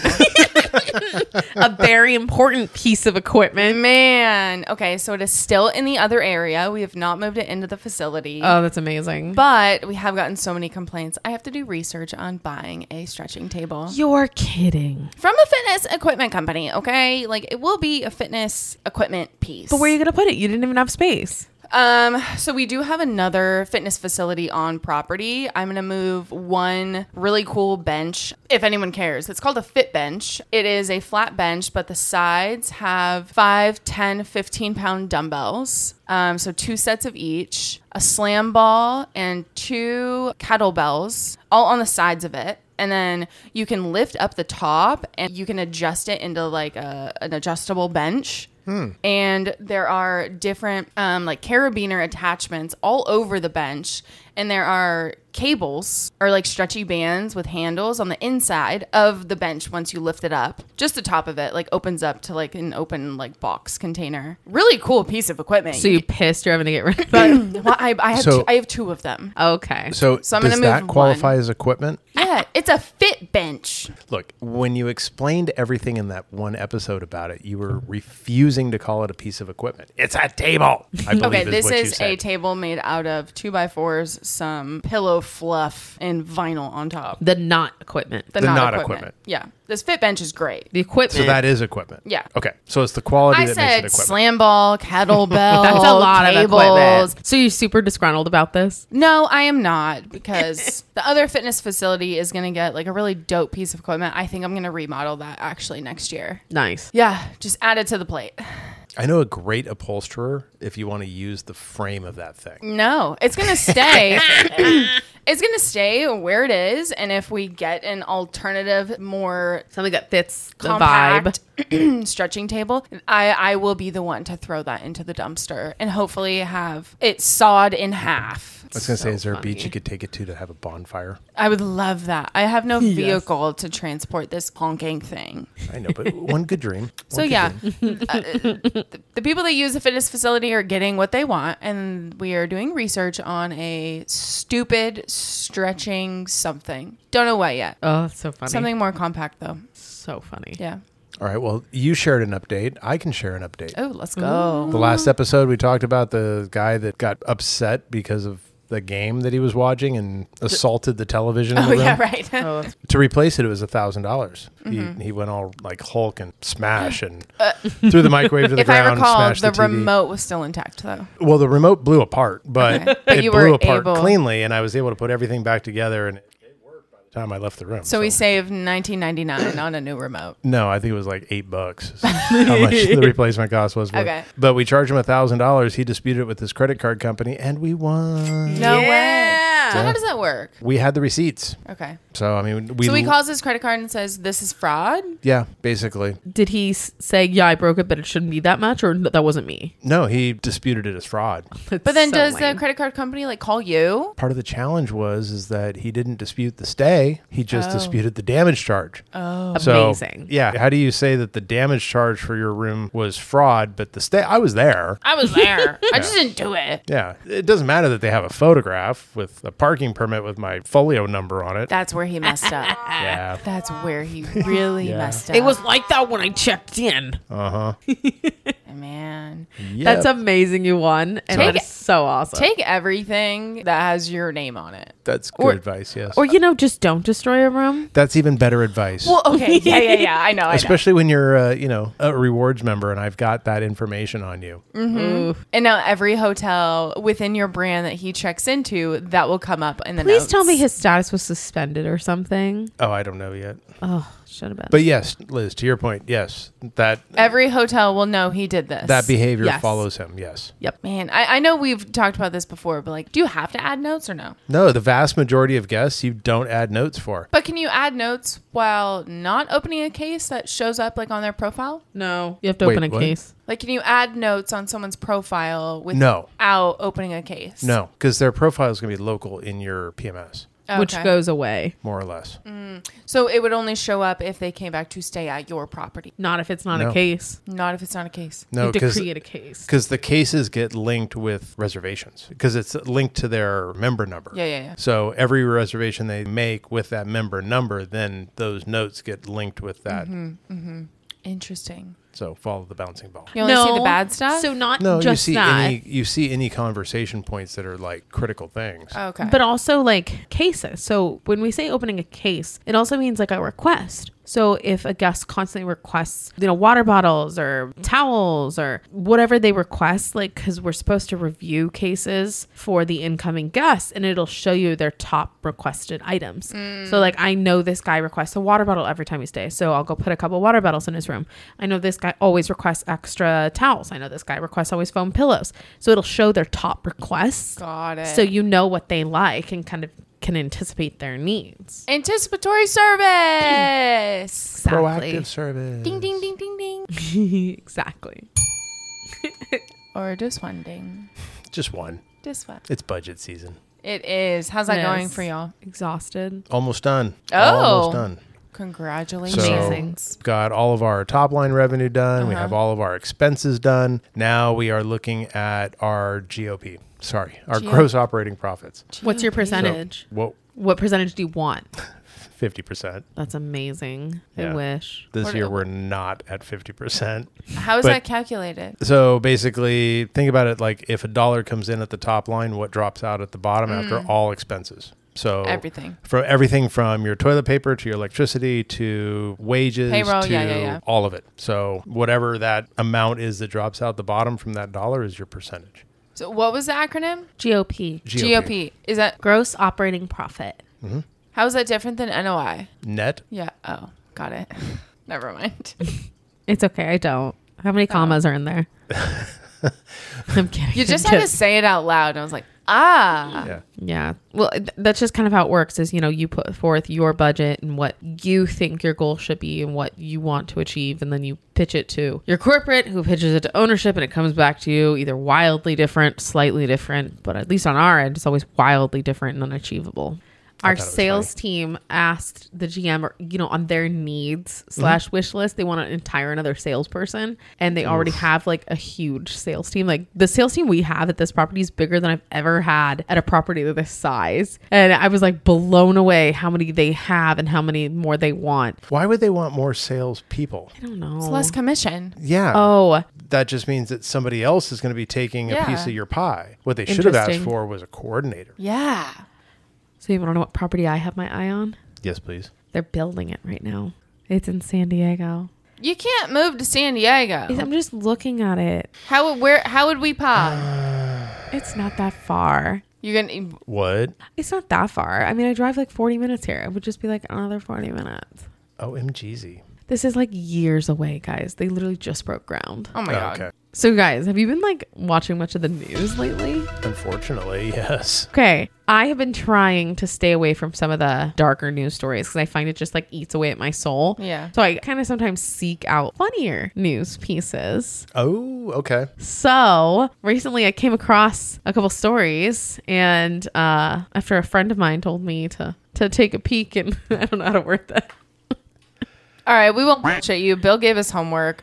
Speaker 2: fucking paper.
Speaker 1: a very important piece of equipment.
Speaker 2: Man. Okay, so it is still in the other area. We have not moved it into the facility.
Speaker 1: Oh, that's amazing.
Speaker 2: but we have gotten so many complaints. I have to do research on buying a stretching table
Speaker 1: You're kidding.
Speaker 2: from a fitness equipment company, okay? Like it will be a fitness equipment piece.
Speaker 1: But where are you going to put it? You didn't even have space.
Speaker 2: Um, so we do have another fitness facility on property. I'm gonna move one really cool bench, if anyone cares. It's called a fit bench. It is a flat bench, but the sides have five, 10, 15 pound dumbbells. Um, so two sets of each, a slam ball, and two kettlebells, all on the sides of it. And then you can lift up the top and you can adjust it into like a, an adjustable bench.
Speaker 3: Hmm.
Speaker 2: And there are different um, like carabiner attachments all over the bench. And there are cables or like stretchy bands with handles on the inside of the bench once you lift it up. Just the top of it like opens up to like an open like box container. Really cool piece of equipment.
Speaker 1: So you pissed you're having to get rid of it.
Speaker 2: but well, I, I, have
Speaker 3: So-
Speaker 2: two, I have two of them.
Speaker 1: Okay.
Speaker 3: So,
Speaker 2: So I'm
Speaker 3: does
Speaker 2: gonna move
Speaker 3: that qualify
Speaker 2: one.
Speaker 3: as equipment?
Speaker 2: Yeah, it's a fit bench.
Speaker 3: Look, when you explained everything in that one episode about it, you were refusing to call it a piece of equipment. It's a table. I believe
Speaker 2: Okay,
Speaker 3: is
Speaker 2: this
Speaker 3: what you
Speaker 2: is a
Speaker 3: said.
Speaker 2: table made out of two by fours, some pillow fluff, and vinyl on top.
Speaker 1: the not equipment. The,
Speaker 2: The,
Speaker 3: not
Speaker 2: not, equipment.
Speaker 3: equipment.
Speaker 2: Yeah, this fit bench is great.
Speaker 1: equipment.
Speaker 3: So that is equipment.
Speaker 2: Yeah.
Speaker 3: Okay. So it's the quality
Speaker 2: I
Speaker 3: that makes it
Speaker 2: said
Speaker 3: equipment.
Speaker 2: slam ball, kettlebell.
Speaker 1: That's a lot
Speaker 2: cables.
Speaker 1: of equipment. So you're super disgruntled about this?
Speaker 2: No, I am not because the other fitness facility is going to get like a really dope piece of equipment. I think I'm going to remodel that actually next year.
Speaker 1: Nice.
Speaker 2: Yeah, just add it to the plate.
Speaker 3: I know a great upholsterer if you want to use the frame of that thing.
Speaker 2: No, it's gonna stay. it's gonna stay where it is, and if we get an alternative, more
Speaker 1: Something that fits the
Speaker 2: compact
Speaker 1: vibe.
Speaker 2: stretching table, I I will be the one to throw that into the dumpster and hopefully have it sawed in half.
Speaker 3: I was going to say,
Speaker 1: So
Speaker 3: is there a beach
Speaker 1: funny.
Speaker 3: you could take it to to have a bonfire?
Speaker 2: I would love that. I have no vehicle to transport this honking thing.
Speaker 3: I know, but one good dream. One
Speaker 2: So
Speaker 3: good
Speaker 2: yeah,
Speaker 3: dream.
Speaker 2: Uh, the, the people that use the fitness facility are getting what they want, and we are doing research on a stupid stretching something. Don't know what yet.
Speaker 1: Oh, that's so funny.
Speaker 2: Something more compact though.
Speaker 1: so funny.
Speaker 2: Yeah.
Speaker 3: All right. Well, you shared an update. I can share an update.
Speaker 2: Oh, let's go.
Speaker 3: The last
Speaker 2: Mm-hmm.
Speaker 3: episode, we talked about the guy that got upset because of the game that he was watching and assaulted the television. in
Speaker 2: Oh
Speaker 3: the room.
Speaker 2: yeah, right. Mm-hmm.
Speaker 1: Oh, that's
Speaker 3: To replace it, it was a thousand dollars. He went all like Hulk and smash and threw the microwave to
Speaker 2: Uh,
Speaker 3: the
Speaker 2: if
Speaker 3: ground.
Speaker 2: I recall,
Speaker 3: smashed
Speaker 2: the,
Speaker 3: TV.
Speaker 2: remote was still intact though.
Speaker 3: Well, the remote blew apart, but
Speaker 2: Okay. But
Speaker 3: it
Speaker 2: you
Speaker 3: blew
Speaker 2: were
Speaker 3: apart
Speaker 2: able-
Speaker 3: cleanly, and I was able to put everything back together. And it worked by the time I left the room.
Speaker 2: So we saved 19.99 on a new remote.
Speaker 3: No, I think it was like eight bucks. is how much the replacement cost was? For it.
Speaker 2: Okay.
Speaker 3: but we charged him a thousand dollars. He disputed it with his credit card company, and we won.
Speaker 2: No
Speaker 1: Yeah.
Speaker 2: way. So how does that work?
Speaker 3: We had the receipts.
Speaker 2: Okay.
Speaker 3: So I mean, we,
Speaker 2: so he
Speaker 3: l-
Speaker 2: calls his credit card and says, "This is fraud."
Speaker 3: Yeah, basically.
Speaker 1: Did he s- say, yeah, I broke it, but it shouldn't be that much, or "No, that wasn't me?
Speaker 3: No, he disputed it as fraud.
Speaker 1: That's
Speaker 2: But then
Speaker 1: so
Speaker 2: does
Speaker 1: lame.
Speaker 2: the credit card company like call you?
Speaker 3: Part of the challenge was is that he didn't dispute the stay. He just
Speaker 2: Oh.
Speaker 3: disputed the damage charge.
Speaker 2: Oh.
Speaker 3: So,
Speaker 1: Amazing.
Speaker 3: Yeah. How do you say that the damage charge for your room was fraud, but the stay? I was there.
Speaker 2: I was there. I just didn't do it.
Speaker 3: Yeah. It doesn't matter that they have a photograph with a parking permit with my folio number on it.
Speaker 2: That's where he messed up.
Speaker 3: yeah.
Speaker 2: That's where he really messed up.
Speaker 1: It was like that when I checked in.
Speaker 3: Oh.
Speaker 2: man.
Speaker 1: That's amazing. You won, and
Speaker 2: Take
Speaker 1: that's so awesome.
Speaker 2: Take everything that has your name on it.
Speaker 3: That's good
Speaker 1: or-
Speaker 3: advice. Yes.
Speaker 1: or you know, just don't destroy a room.
Speaker 3: That's even better advice.
Speaker 2: Well, okay, yeah, yeah, yeah. I know. I know.
Speaker 3: Especially when you're, uh, you know, a rewards member, and I've got that information on you.
Speaker 1: Mm.
Speaker 2: Mm-hmm.
Speaker 1: Ooh.
Speaker 2: And now every hotel within your brand that he checks into, that will come up in the
Speaker 1: Please
Speaker 2: notes.
Speaker 1: tell me his status was suspended or something.
Speaker 3: Oh, I don't know yet.
Speaker 1: Oh, should have been.
Speaker 3: But yes, Liz, to your point, yes, that
Speaker 2: Every hotel will know he did this.
Speaker 3: that behavior
Speaker 1: Yes.
Speaker 3: follows him. Yes.
Speaker 2: Man, I, I know we've talked about this before, but like, do you have to add notes or no?
Speaker 3: No, the vast majority of guests you don't add notes for.
Speaker 2: But can you add notes while not opening a case that shows up like on their profile?
Speaker 1: no, you have to
Speaker 3: Wait,
Speaker 1: open a
Speaker 3: what?
Speaker 1: case.
Speaker 2: Like, can you add notes on someone's profile without
Speaker 3: No.
Speaker 2: opening a case?
Speaker 3: No, because their profile is going to be local in your PMS.
Speaker 1: which
Speaker 2: Oh, Okay.
Speaker 1: goes away.
Speaker 3: more or less.
Speaker 1: Mm.
Speaker 2: So it would only show up if they came back to stay at your property,
Speaker 1: Not if it's not
Speaker 3: No.
Speaker 1: a case.
Speaker 2: not if it's not a case.
Speaker 1: No,
Speaker 3: No,
Speaker 1: you have
Speaker 3: because
Speaker 1: to create a case.
Speaker 3: because the cases get linked with reservations because it's linked to their member number.
Speaker 2: Yeah, yeah, yeah.
Speaker 3: So every reservation they make with that member number, then those notes get linked with that.
Speaker 2: Mm-hmm. Interesting.
Speaker 3: So follow the bouncing ball.
Speaker 2: You only see the bad stuff.
Speaker 1: So not
Speaker 3: No,
Speaker 1: just
Speaker 3: you see
Speaker 1: that.
Speaker 3: any you see any conversation points that are like critical things.
Speaker 2: okay,
Speaker 1: but also like cases. So when we say opening a case, it also means like a request. So if a guest constantly requests, you know, water bottles or towels or whatever they request, like because we're supposed to review cases for the incoming guests, and it'll show you their top requested items. So like I know this guy requests a water bottle every time he stays, so I'll go put a couple water bottles in his room. I know this guy always requests extra towels. I know this guy requests always foam pillows. So it'll show their top requests.
Speaker 2: got it.
Speaker 1: So you know what they like and kind of can anticipate their needs.
Speaker 2: anticipatory service.
Speaker 3: Proactive service.
Speaker 2: ding, ding, ding, ding, ding.
Speaker 1: exactly.
Speaker 2: Or just one ding,
Speaker 3: Just one.
Speaker 2: just one.
Speaker 3: It's budget season.
Speaker 2: It is. How's that
Speaker 1: Yes.
Speaker 2: going for y'all?
Speaker 1: Exhausted.
Speaker 3: Almost done.
Speaker 2: Oh.
Speaker 3: Almost done.
Speaker 2: Congratulations.
Speaker 3: So
Speaker 1: Amazing.
Speaker 3: we've got all of our top line revenue done. We
Speaker 2: Uh-huh.
Speaker 3: have all of our expenses done. Now we are looking at our GOP. Sorry, our
Speaker 2: GOP.
Speaker 3: gross operating profits.
Speaker 1: What's your
Speaker 2: Gee, Pete.
Speaker 1: percentage?
Speaker 3: What?
Speaker 1: What percentage do you want?
Speaker 3: Fifty percent.
Speaker 1: That's amazing. I
Speaker 3: Yeah.
Speaker 1: wish.
Speaker 3: This
Speaker 2: What-
Speaker 3: year we're not at fifty percent.
Speaker 2: How is
Speaker 3: but-
Speaker 2: that calculated?
Speaker 3: So basically, think about it like if a dollar comes in at the top line, what drops out at the bottom after
Speaker 2: Mm.
Speaker 3: all expenses. So
Speaker 2: Everything.
Speaker 3: for everything from your toilet paper to your electricity to wages
Speaker 2: Payroll,
Speaker 3: to
Speaker 2: yeah, yeah, yeah.
Speaker 3: all of it. So whatever that amount is that drops out the bottom from that dollar is your percentage.
Speaker 2: So what was the acronym?
Speaker 1: GOP.
Speaker 2: GOP. Is that
Speaker 1: Gross operating profit.
Speaker 2: how is that different than NOI?
Speaker 3: Net.
Speaker 2: Yeah. Oh, got it. Never mind.
Speaker 1: It's okay. I don't. How many commas are in there? I'm kidding.
Speaker 2: You
Speaker 1: I'm
Speaker 2: just had to
Speaker 1: kidding.
Speaker 2: say it out loud, and I was like, ah.
Speaker 3: Yeah.
Speaker 1: Yeah. Well, th- that's just kind of how it works is, you know, you put forth your budget and what you think your goal should be and what you want to achieve. And then you pitch it to your corporate who pitches it to ownership and it comes back to you either wildly different, slightly different, but at least on our end, it's always wildly different and unachievable.
Speaker 3: I
Speaker 1: Our
Speaker 3: thought it was
Speaker 1: sales team asked the GM, or, you know, on their needs slash wish list, they want to entire another salesperson, and they already have like a huge sales team. Like the sales team we have at this property is bigger than I've ever had at a property of this size, and I was like blown away how many they have and how many more they want.
Speaker 3: Why would they want more salespeople?
Speaker 1: I don't know.
Speaker 2: It's
Speaker 3: Oh.
Speaker 2: less commission.
Speaker 3: Yeah.
Speaker 1: oh,
Speaker 3: That just means that somebody else is going to be taking a
Speaker 2: Yeah.
Speaker 3: piece of your pie. What they should have asked
Speaker 1: Interesting.
Speaker 3: for was a coordinator.
Speaker 2: Yeah.
Speaker 1: so you want to know what property I have my eye on?
Speaker 3: Yes, please.
Speaker 1: They're building it right now. It's in San Diego.
Speaker 2: You can't move to San Diego.
Speaker 1: I'm just looking at it.
Speaker 2: How would where? How would we pop?
Speaker 1: It's not that far.
Speaker 2: You're gonna.
Speaker 3: What?
Speaker 1: It's not that far. I mean, I drive like 40 minutes here. It would just be like another 40 minutes.
Speaker 3: OMGZ.
Speaker 1: This is like years away, guys. They literally just broke ground.
Speaker 2: Oh my
Speaker 3: Oh,
Speaker 2: god.
Speaker 3: okay.
Speaker 1: So, guys, have you been like watching much of the news lately?
Speaker 3: Unfortunately, yes.
Speaker 1: Okay. I have been trying to stay away from some of the darker news stories because I find it just like eats away at my soul.
Speaker 2: Yeah.
Speaker 1: So, I kind of sometimes seek out funnier news pieces.
Speaker 3: Oh, okay.
Speaker 1: So recently, I came across a couple stories, and uh, after a friend of mine told me to to take a peek, and I don't know how to word that.
Speaker 2: All right. We won't bullshit you. Bill gave us homework.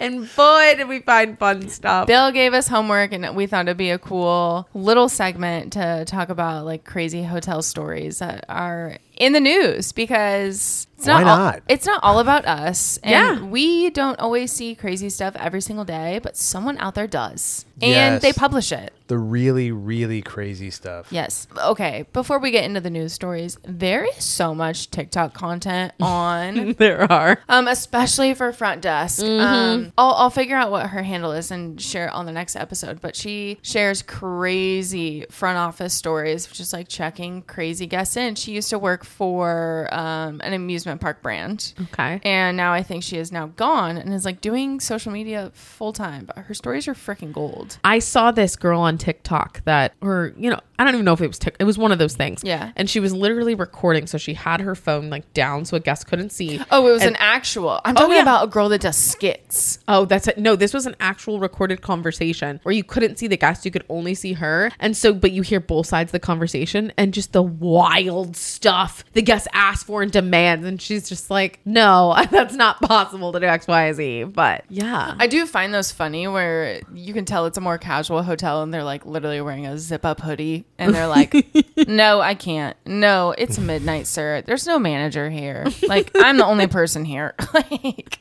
Speaker 1: And boy, did we find fun stuff.
Speaker 2: Bill gave us homework, and we thought it'd be a cool little segment to talk about like crazy hotel stories that are in the news because it's
Speaker 3: Why
Speaker 2: not, all-
Speaker 3: not?
Speaker 2: it's not all about us. And
Speaker 1: Yeah.
Speaker 2: we don't always see crazy stuff every single day, but someone out there does, and
Speaker 3: Yes.
Speaker 2: they publish it.
Speaker 3: The really, really crazy stuff.
Speaker 2: Yes. Okay. Before we get into the news stories, there is so much TikTok content on
Speaker 1: There are.
Speaker 2: um, especially for front desk.
Speaker 1: Mm-hmm.
Speaker 2: Um, I'll, I'll figure out what her handle is and share it on the next episode. But she shares crazy front office stories, just like checking crazy guests in. She used to work for um, an amusement park brand.
Speaker 1: Okay.
Speaker 2: And now I think she is now gone and is like doing social media full time. But her stories are freaking gold.
Speaker 1: I saw this girl on TikTok that, or you know, I don't even know if it was TikTok. It was one of those things.
Speaker 2: Yeah.
Speaker 1: And she was literally recording, so she had her phone like down so a guest couldn't see.
Speaker 2: Oh, it was
Speaker 1: And- Oh,
Speaker 2: an actual. individual. I'm talking
Speaker 1: yeah.
Speaker 2: about a girl that does skits.
Speaker 1: Oh, that's it. No, this was an actual recorded conversation where you couldn't see the guest, you could only see her. And so, but you hear both sides of the conversation and just the wild stuff the guest asks for and demands. And she's just like, no, that's not possible to do X, Y, Z. But yeah.
Speaker 2: I do find those funny where you can tell it's a more casual hotel and they're like literally wearing a zip up hoodie and they're like, no, I can't. No, it's midnight, sir. There's no manager here. Like, I'm the only person here. like,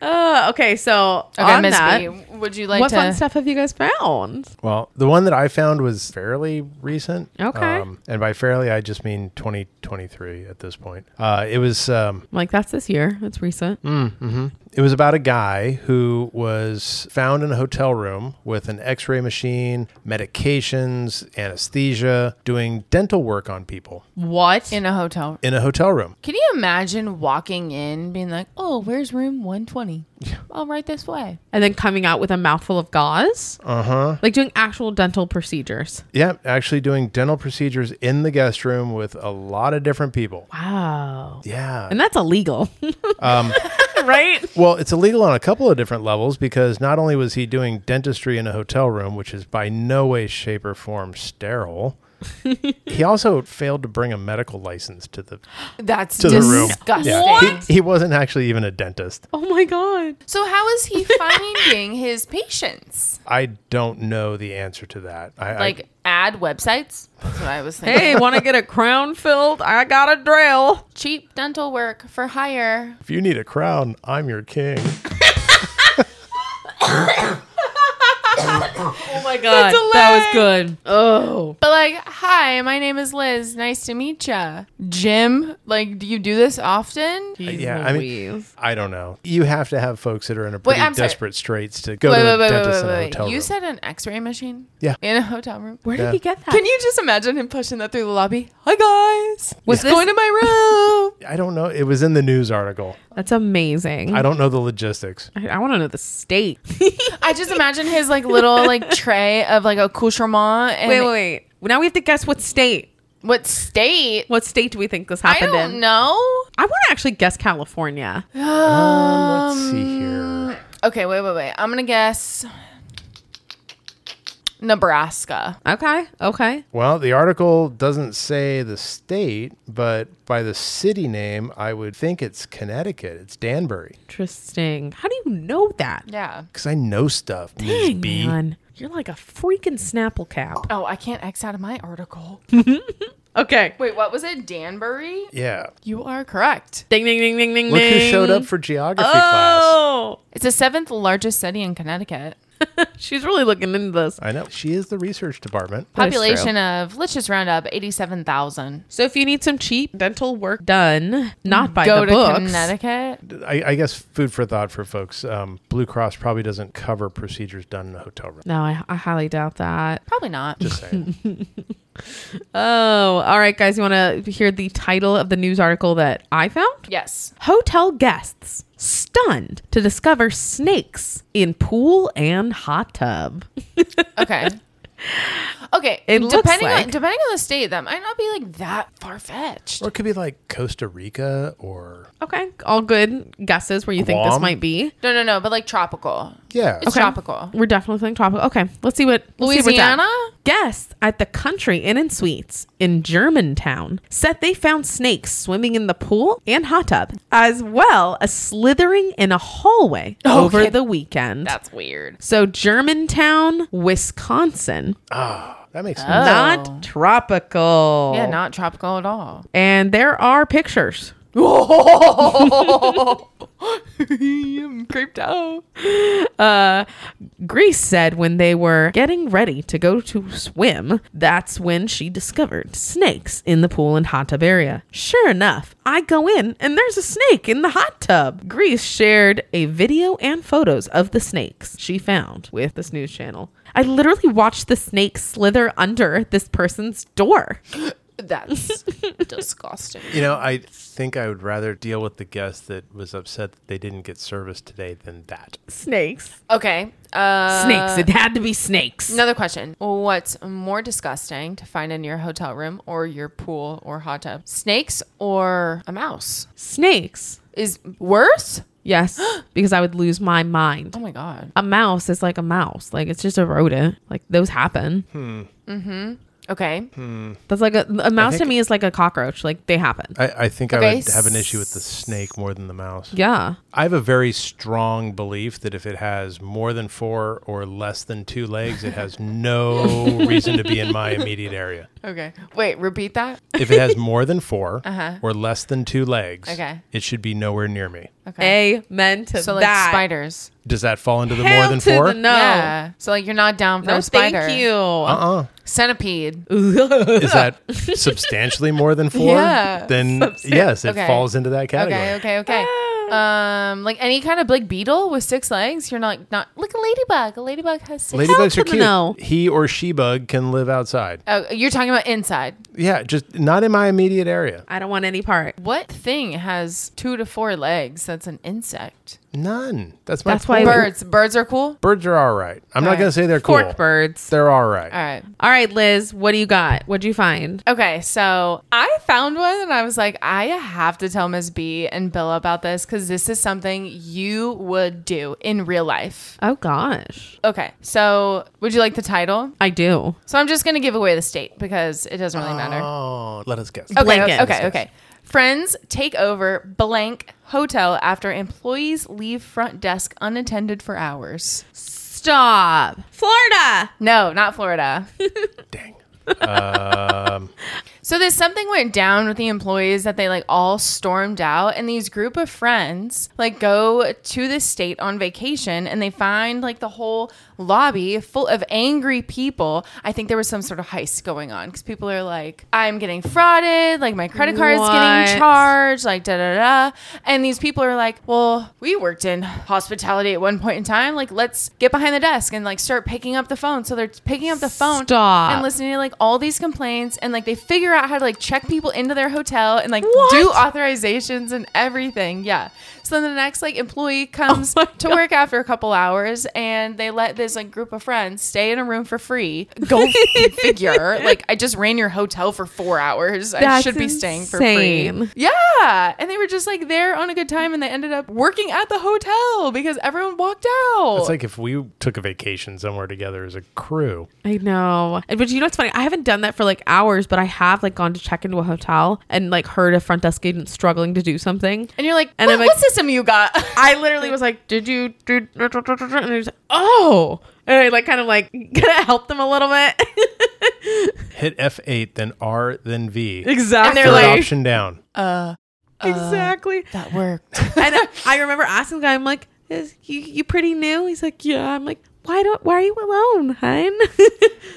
Speaker 1: Uh, okay, so
Speaker 2: okay,
Speaker 1: on
Speaker 2: Miss
Speaker 1: that,
Speaker 2: B, would you like
Speaker 1: what
Speaker 2: to?
Speaker 1: fun stuff have you guys found?
Speaker 3: Well, the one that I found was fairly recent. Um,
Speaker 1: Okay.
Speaker 3: and by fairly, I just mean 2023 at this point. Uh, it was um,
Speaker 1: I'm like, that's this year. That's recent.
Speaker 3: Mm. It was about a guy who was found in a hotel room with an x ray machine, medications, anesthesia, doing dental work on people
Speaker 1: What?
Speaker 2: in a hotel.
Speaker 3: in a hotel room.
Speaker 2: Can you imagine walking in being like, oh, where's room 120? Oh, right this way.
Speaker 1: and then coming out with a mouthful of gauze?
Speaker 3: Uh huh.
Speaker 1: Like doing actual dental procedures.
Speaker 3: Yeah, actually doing dental procedures in the guest room with a lot of different people.
Speaker 1: Wow.
Speaker 3: Yeah.
Speaker 1: And that's illegal. right?
Speaker 3: Well, it's illegal on a couple of different levels because not only was he doing dentistry in a hotel room, which is by no way, shape, or form sterile, he also failed to bring a medical license to the
Speaker 2: That's
Speaker 3: to the room.
Speaker 2: disgusting.
Speaker 1: What?
Speaker 3: He, he wasn't actually even a dentist.
Speaker 1: Oh my god.
Speaker 2: So how is he finding his patients?
Speaker 3: I don't know the answer to that. I, I-
Speaker 2: Like ad websites? That's what I was thinking.
Speaker 1: Hey, want to get a crown filled? I got a drill.
Speaker 2: Cheap dental work for hire.
Speaker 3: if you need a crown, I'm your king.
Speaker 1: Oh my god.
Speaker 2: a
Speaker 1: That was good. Oh.
Speaker 2: But like, hi, my name is Liz. Nice to meet ya. Jim, like, do you do this often?
Speaker 3: Uh, yeah, I mean, I don't know. You have to have folks that are in a pretty
Speaker 2: I'm sorry.
Speaker 3: desperate straits to go
Speaker 2: Wait,
Speaker 3: to
Speaker 2: wait,
Speaker 3: a
Speaker 2: wait, wait,
Speaker 3: dentist
Speaker 2: wait,
Speaker 3: in a
Speaker 2: wait.
Speaker 3: hotel
Speaker 2: You
Speaker 3: room.
Speaker 2: said an x-ray machine?
Speaker 3: Yeah.
Speaker 2: In a hotel room?
Speaker 1: where did
Speaker 3: Yeah.
Speaker 1: he get that?
Speaker 2: Can you just imagine him pushing that through the lobby? Hi guys.
Speaker 1: Was
Speaker 2: What's
Speaker 1: this-
Speaker 2: going to my room?
Speaker 3: I don't know. It was in the news article.
Speaker 1: That's amazing.
Speaker 3: I
Speaker 1: I,
Speaker 3: don't know the logistics.
Speaker 1: I want to know the state.
Speaker 2: I just imagine his like little like tray of like accoutrement and
Speaker 1: wait, wait, wait. Now we have to guess what state.
Speaker 2: what state?
Speaker 1: What state do we think this
Speaker 2: I
Speaker 1: happened
Speaker 2: don't
Speaker 1: in?
Speaker 2: know.
Speaker 1: I want to actually guess California.
Speaker 3: Um, let's see here.
Speaker 2: Okay, wait, wait, wait. I'm gonna guess Nebraska.
Speaker 1: Okay. Okay.
Speaker 3: Well, the article doesn't say the state, but by the city name, I would think it's Connecticut. It's Danbury
Speaker 1: Interesting. How do you know that?
Speaker 2: Yeah.
Speaker 3: because I know stuff. Ms.
Speaker 1: Dang,
Speaker 3: B.
Speaker 1: man. You're like a freaking Snapple cap.
Speaker 2: Oh, I can't X out of my article.
Speaker 1: Okay.
Speaker 2: Wait, what was it? Danbury?
Speaker 3: Yeah.
Speaker 2: You are correct.
Speaker 1: Ding, ding, ding, ding, ding,
Speaker 3: Look
Speaker 1: ding.
Speaker 3: who showed up for geography class.
Speaker 1: Oh.
Speaker 2: It's the seventh largest city in Connecticut.
Speaker 1: She's really looking into this.
Speaker 3: I know. She is the research department.
Speaker 1: That's true.
Speaker 2: Population of, let's just round up, 87,000.
Speaker 1: So if you need some cheap dental work done, not by
Speaker 2: Go
Speaker 1: the
Speaker 2: to
Speaker 1: books.
Speaker 2: Connecticut.
Speaker 3: I, I guess food for thought for folks. Um, Blue Cross probably doesn't cover procedures done in a hotel room.
Speaker 1: No, I, I highly doubt that.
Speaker 2: Probably not.
Speaker 3: Just saying.
Speaker 1: Oh, all right, guys. You want to hear the title of the news article that I found?
Speaker 2: Yes.
Speaker 1: Hotel guests stunned to discover snakes in pool and hot tub.
Speaker 2: Okay. Okay.
Speaker 1: It looks
Speaker 2: depending
Speaker 1: like-
Speaker 2: on depending on the state, that might not be like that far fetched.
Speaker 3: or it could be like Costa Rica or
Speaker 1: Okay, all good guesses where you think this
Speaker 3: Guam?
Speaker 1: might be.
Speaker 2: No, no, no, but like tropical.
Speaker 3: yeah.
Speaker 2: It's
Speaker 1: Okay.
Speaker 2: tropical.
Speaker 1: We're definitely thinking tropical. Okay, let's see what let's see what's at.
Speaker 2: Louisiana?
Speaker 1: Guests at the Country Inn and Suites in Germantown said they found snakes swimming in the pool and hot tub, as well as slithering in a hallway over the weekend.
Speaker 2: That's weird.
Speaker 1: so, Germantown, Wisconsin,
Speaker 3: Ah, That makes
Speaker 2: Oh.
Speaker 3: sense.
Speaker 1: not tropical.
Speaker 2: Yeah, not tropical at all.
Speaker 1: and there are pictures.
Speaker 2: I'm creeped out.
Speaker 1: Uh, Greece said when they were getting ready to go to swim, that's when she discovered snakes in the pool and hot tub area. Sure enough, I go in and there's a snake in the hot tub. Greece shared a video and photos of the snakes she found with this news channel. I literally watched the snake slither under this person's door.
Speaker 2: That's disgusting.
Speaker 3: You know, I think I would rather deal with the guest that was upset that they didn't get service today than that.
Speaker 1: Snakes.
Speaker 2: Okay. Uh,
Speaker 1: Snakes. It had to be snakes.
Speaker 2: Another question. What's more disgusting to find in your hotel room or your pool or hot tub? Snakes or a mouse?
Speaker 1: Snakes.
Speaker 2: is worse.
Speaker 1: Yes, because I would lose my mind.
Speaker 2: Oh my god.
Speaker 1: A mouse is like a mouse. Like it's just a rodent. Like those happen.
Speaker 3: Hmm.
Speaker 2: Okay.
Speaker 1: Hmm. That's like a, a mouse to
Speaker 3: think- Uh,
Speaker 1: me is like a cockroach. Like they happen.
Speaker 3: I, I think I
Speaker 2: Okay,
Speaker 3: would have an issue with the snake more than the mouse.
Speaker 1: yeah.
Speaker 3: I have a very strong belief that if it has more than four or less than two legs, it has no reason to be in my immediate area.
Speaker 2: Okay. Wait. Repeat that.
Speaker 3: If it has more than 4
Speaker 2: Uh-huh.
Speaker 3: or less than two legs,
Speaker 2: Okay.
Speaker 3: it should be nowhere near me.
Speaker 2: Okay.
Speaker 1: Amen to
Speaker 2: so like
Speaker 1: Eh, that.
Speaker 2: spiders.
Speaker 3: Does that fall into the
Speaker 1: Hell
Speaker 3: more than
Speaker 1: to
Speaker 3: four?
Speaker 1: the no.
Speaker 2: Yeah. So like you're not down for
Speaker 1: No,
Speaker 2: a spider.
Speaker 1: thank you.
Speaker 3: uh-uh.
Speaker 2: Centipede.
Speaker 3: Is that substantially more than four?
Speaker 2: Yeah.
Speaker 3: Then yes, it
Speaker 2: okay.
Speaker 3: falls into that category.
Speaker 2: Okay. Okay. Okay.
Speaker 1: Ah.
Speaker 2: Um, like any kind of like beetle with six legs, you're not not like a ladybug. A ladybug has six.
Speaker 3: Ladybugs
Speaker 1: Hell
Speaker 3: are
Speaker 1: to the
Speaker 3: cute.
Speaker 1: no.
Speaker 3: He or she bug can live outside.
Speaker 2: Oh, you're talking about inside.
Speaker 3: Yeah, just not in my immediate area.
Speaker 1: I don't want any part.
Speaker 2: What thing has two to four legs? That's an insect.
Speaker 3: None. That's my
Speaker 1: That's why-
Speaker 3: point.
Speaker 2: Birds. Birds are cool.
Speaker 3: birds are all right. I'm not
Speaker 2: All right.
Speaker 3: going to say they're cool.
Speaker 1: Fork birds.
Speaker 3: They're all right.
Speaker 2: All right.
Speaker 1: All right, Liz. What do you got? What'd you find?
Speaker 2: Okay, so I found one and I was like, I have to tell Ms. B and Bill about this because this is something you would do in real life.
Speaker 1: Oh gosh,
Speaker 2: Okay, so would you like the title?
Speaker 1: I do.
Speaker 2: So I'm just going to give away the state because it doesn't really matter.
Speaker 3: Oh, let us guess.
Speaker 2: Okay,
Speaker 1: blanket.
Speaker 2: okay, okay. Friends take over blank hotel after employees leave front desk unattended for hours.
Speaker 1: Stop, Florida.
Speaker 2: No, not Florida.
Speaker 3: Dang.
Speaker 2: So this something went down with the employees that they like all stormed out and these group of friends like go to this state on vacation and they find like the whole lobby full of angry people. I think there was some sort of heist going on cuz people are like I'm getting frauded, like my credit card is
Speaker 1: What?
Speaker 2: getting charged, like da da da. And these people are like, "Well, we worked in hospitality at one point in time. Like let's get behind the desk and like start picking up the phone." So they're picking up the phone
Speaker 1: Stop.
Speaker 2: and listening to like all these complaints and like they figure out how to like check people into their hotel and like
Speaker 1: What?
Speaker 2: do authorizations and everything. Yeah. So then the next like employee comes
Speaker 1: Oh my
Speaker 2: to work after a couple hours and they let this like group of friends stay in a room for free. Go f- figure. Like I just ran your hotel for four hours. I
Speaker 1: That's
Speaker 2: should be staying for
Speaker 1: insane.
Speaker 2: free. Yeah. And they were just like there on a good time and they ended up working at the hotel because everyone walked out.
Speaker 3: It's like if we took a vacation somewhere together as a crew.
Speaker 1: I know. And but you know what's funny? I haven't done that for like hours, but I have like gone to check into a hotel and like heard a front desk agent struggling to do something.
Speaker 2: and you're like,
Speaker 1: And
Speaker 2: what,
Speaker 1: I'm like-
Speaker 2: what system you got?
Speaker 1: I literally was like, "Did you do?" And he was like, "Oh," and I like kind of like kind of helped them a little bit.
Speaker 3: Hit F8, then R, then V.
Speaker 1: exactly.
Speaker 2: they're
Speaker 3: Third
Speaker 2: like-
Speaker 3: option down.
Speaker 2: uh,
Speaker 1: exactly.
Speaker 2: that worked.
Speaker 1: and I, I remember asking the guy, I'm like, Is, you, you pretty new? He's like, yeah. I'm like, why don't? Why are you alone, hun?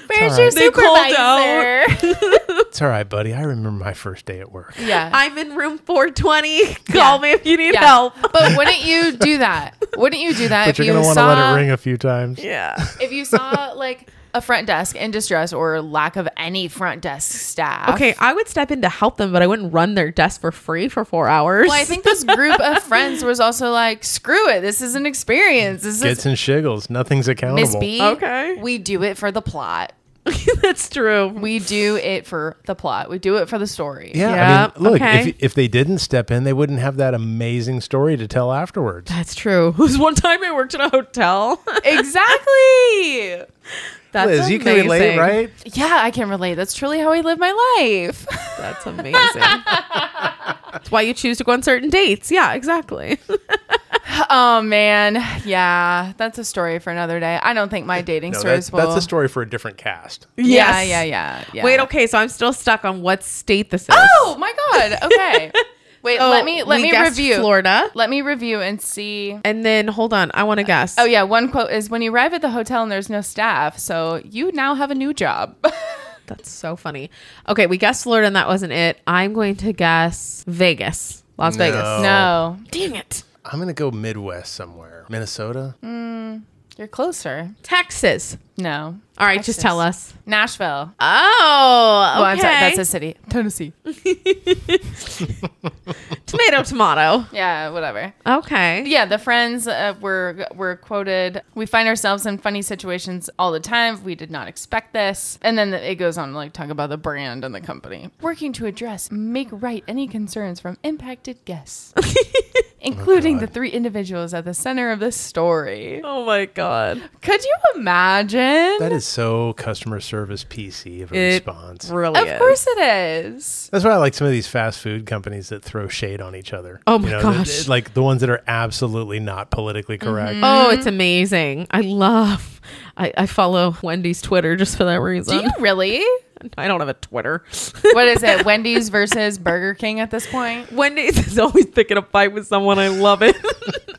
Speaker 2: Where's
Speaker 3: your
Speaker 1: They called out.
Speaker 3: It's all right, buddy. I remember my first day at work.
Speaker 2: yeah.
Speaker 1: I'm in room 420. Call me if you need
Speaker 2: yeah.
Speaker 1: help.
Speaker 2: But wouldn't you do that? Wouldn't you do that
Speaker 3: But
Speaker 2: if
Speaker 3: you're
Speaker 2: you
Speaker 3: going to want to
Speaker 2: saw
Speaker 3: let it ring a few times.
Speaker 1: Yeah.
Speaker 2: if you saw like a front desk in distress or lack of any front desk staff?
Speaker 1: Okay, I would step in to help them, but I wouldn't run their desk for free for four hours.
Speaker 2: Well, I think this group of friends was also like, "Screw it! This is an experience. This
Speaker 3: Gets
Speaker 2: is
Speaker 3: and shiggles. Nothing's accountable.
Speaker 2: Miss B.
Speaker 1: Okay.
Speaker 2: we do it for the plot.
Speaker 1: that's true.
Speaker 2: We do it for the plot. We do it for the story.
Speaker 3: Yeah,
Speaker 1: Yeah,
Speaker 3: I mean, look,
Speaker 1: okay.
Speaker 3: if, if they didn't step in, they wouldn't have that amazing story to tell afterwards.
Speaker 1: That's true. It was one time I worked in a hotel.
Speaker 2: exactly.
Speaker 1: That's
Speaker 3: Liz,
Speaker 1: amazing.
Speaker 3: you can relate, right?
Speaker 2: Yeah, I can relate. That's truly how I live my life.
Speaker 1: That's amazing. That's why you choose to go on certain dates. Yeah, exactly.
Speaker 2: Oh man, yeah, that's a story for another day. I don't think my dating
Speaker 3: No,
Speaker 2: stories
Speaker 3: that's,
Speaker 2: will.
Speaker 3: that's a story for a different cast.
Speaker 2: Yeah,
Speaker 1: Yes.
Speaker 2: yeah, yeah, yeah.
Speaker 1: Wait, okay, so I'm still stuck on what state this is.
Speaker 2: Oh my god. Okay. Wait,
Speaker 1: Oh,
Speaker 2: let me let
Speaker 1: we
Speaker 2: me
Speaker 1: guessed
Speaker 2: review.
Speaker 1: Florida.
Speaker 2: Let me review and see.
Speaker 1: And then hold on, I want to guess.
Speaker 2: Oh yeah, one quote is when you arrive at the hotel and there's no staff, so you now have a new job.
Speaker 1: That's so funny. Okay, we guessed Florida and that wasn't it. I'm going to guess Vegas, Las
Speaker 3: No.
Speaker 1: Vegas.
Speaker 2: No,
Speaker 1: Dang it.
Speaker 3: I'm going to go Midwest somewhere. Minnesota?
Speaker 2: you're closer.
Speaker 1: Texas.
Speaker 2: No.
Speaker 1: All right, just tell us.
Speaker 2: Nashville.
Speaker 1: Oh,
Speaker 2: Well, I'm sorry,
Speaker 1: okay.
Speaker 2: that's a city. Tennessee.
Speaker 1: tomato, tomato.
Speaker 2: Yeah, whatever.
Speaker 1: Okay.
Speaker 2: Yeah, the friends uh, were were quoted. We find ourselves in funny situations all the time. We did not expect this, and then it goes on to, like talk about the brand and the company working to address, make right any concerns from impacted guests. including the
Speaker 3: Oh, God.
Speaker 2: three individuals at the center of this story.
Speaker 1: Oh my god.
Speaker 2: Could you imagine?
Speaker 3: That is so customer service PC of a
Speaker 1: Mm. It
Speaker 3: response.
Speaker 1: Really?
Speaker 2: of
Speaker 1: is.
Speaker 2: course it is.
Speaker 3: That's why I like some of these fast food companies that throw shade on each other.
Speaker 1: Oh my
Speaker 3: that-
Speaker 1: gosh.
Speaker 3: like the ones that are absolutely not politically correct.
Speaker 1: Oh, it's amazing. I love. I, I follow Wendy's Twitter just for that reason.
Speaker 2: Do you really?
Speaker 1: I don't have a Twitter.
Speaker 2: what is it? Wendy's versus Burger King at this point?
Speaker 1: Wendy's is always picking a fight with someone. I love it.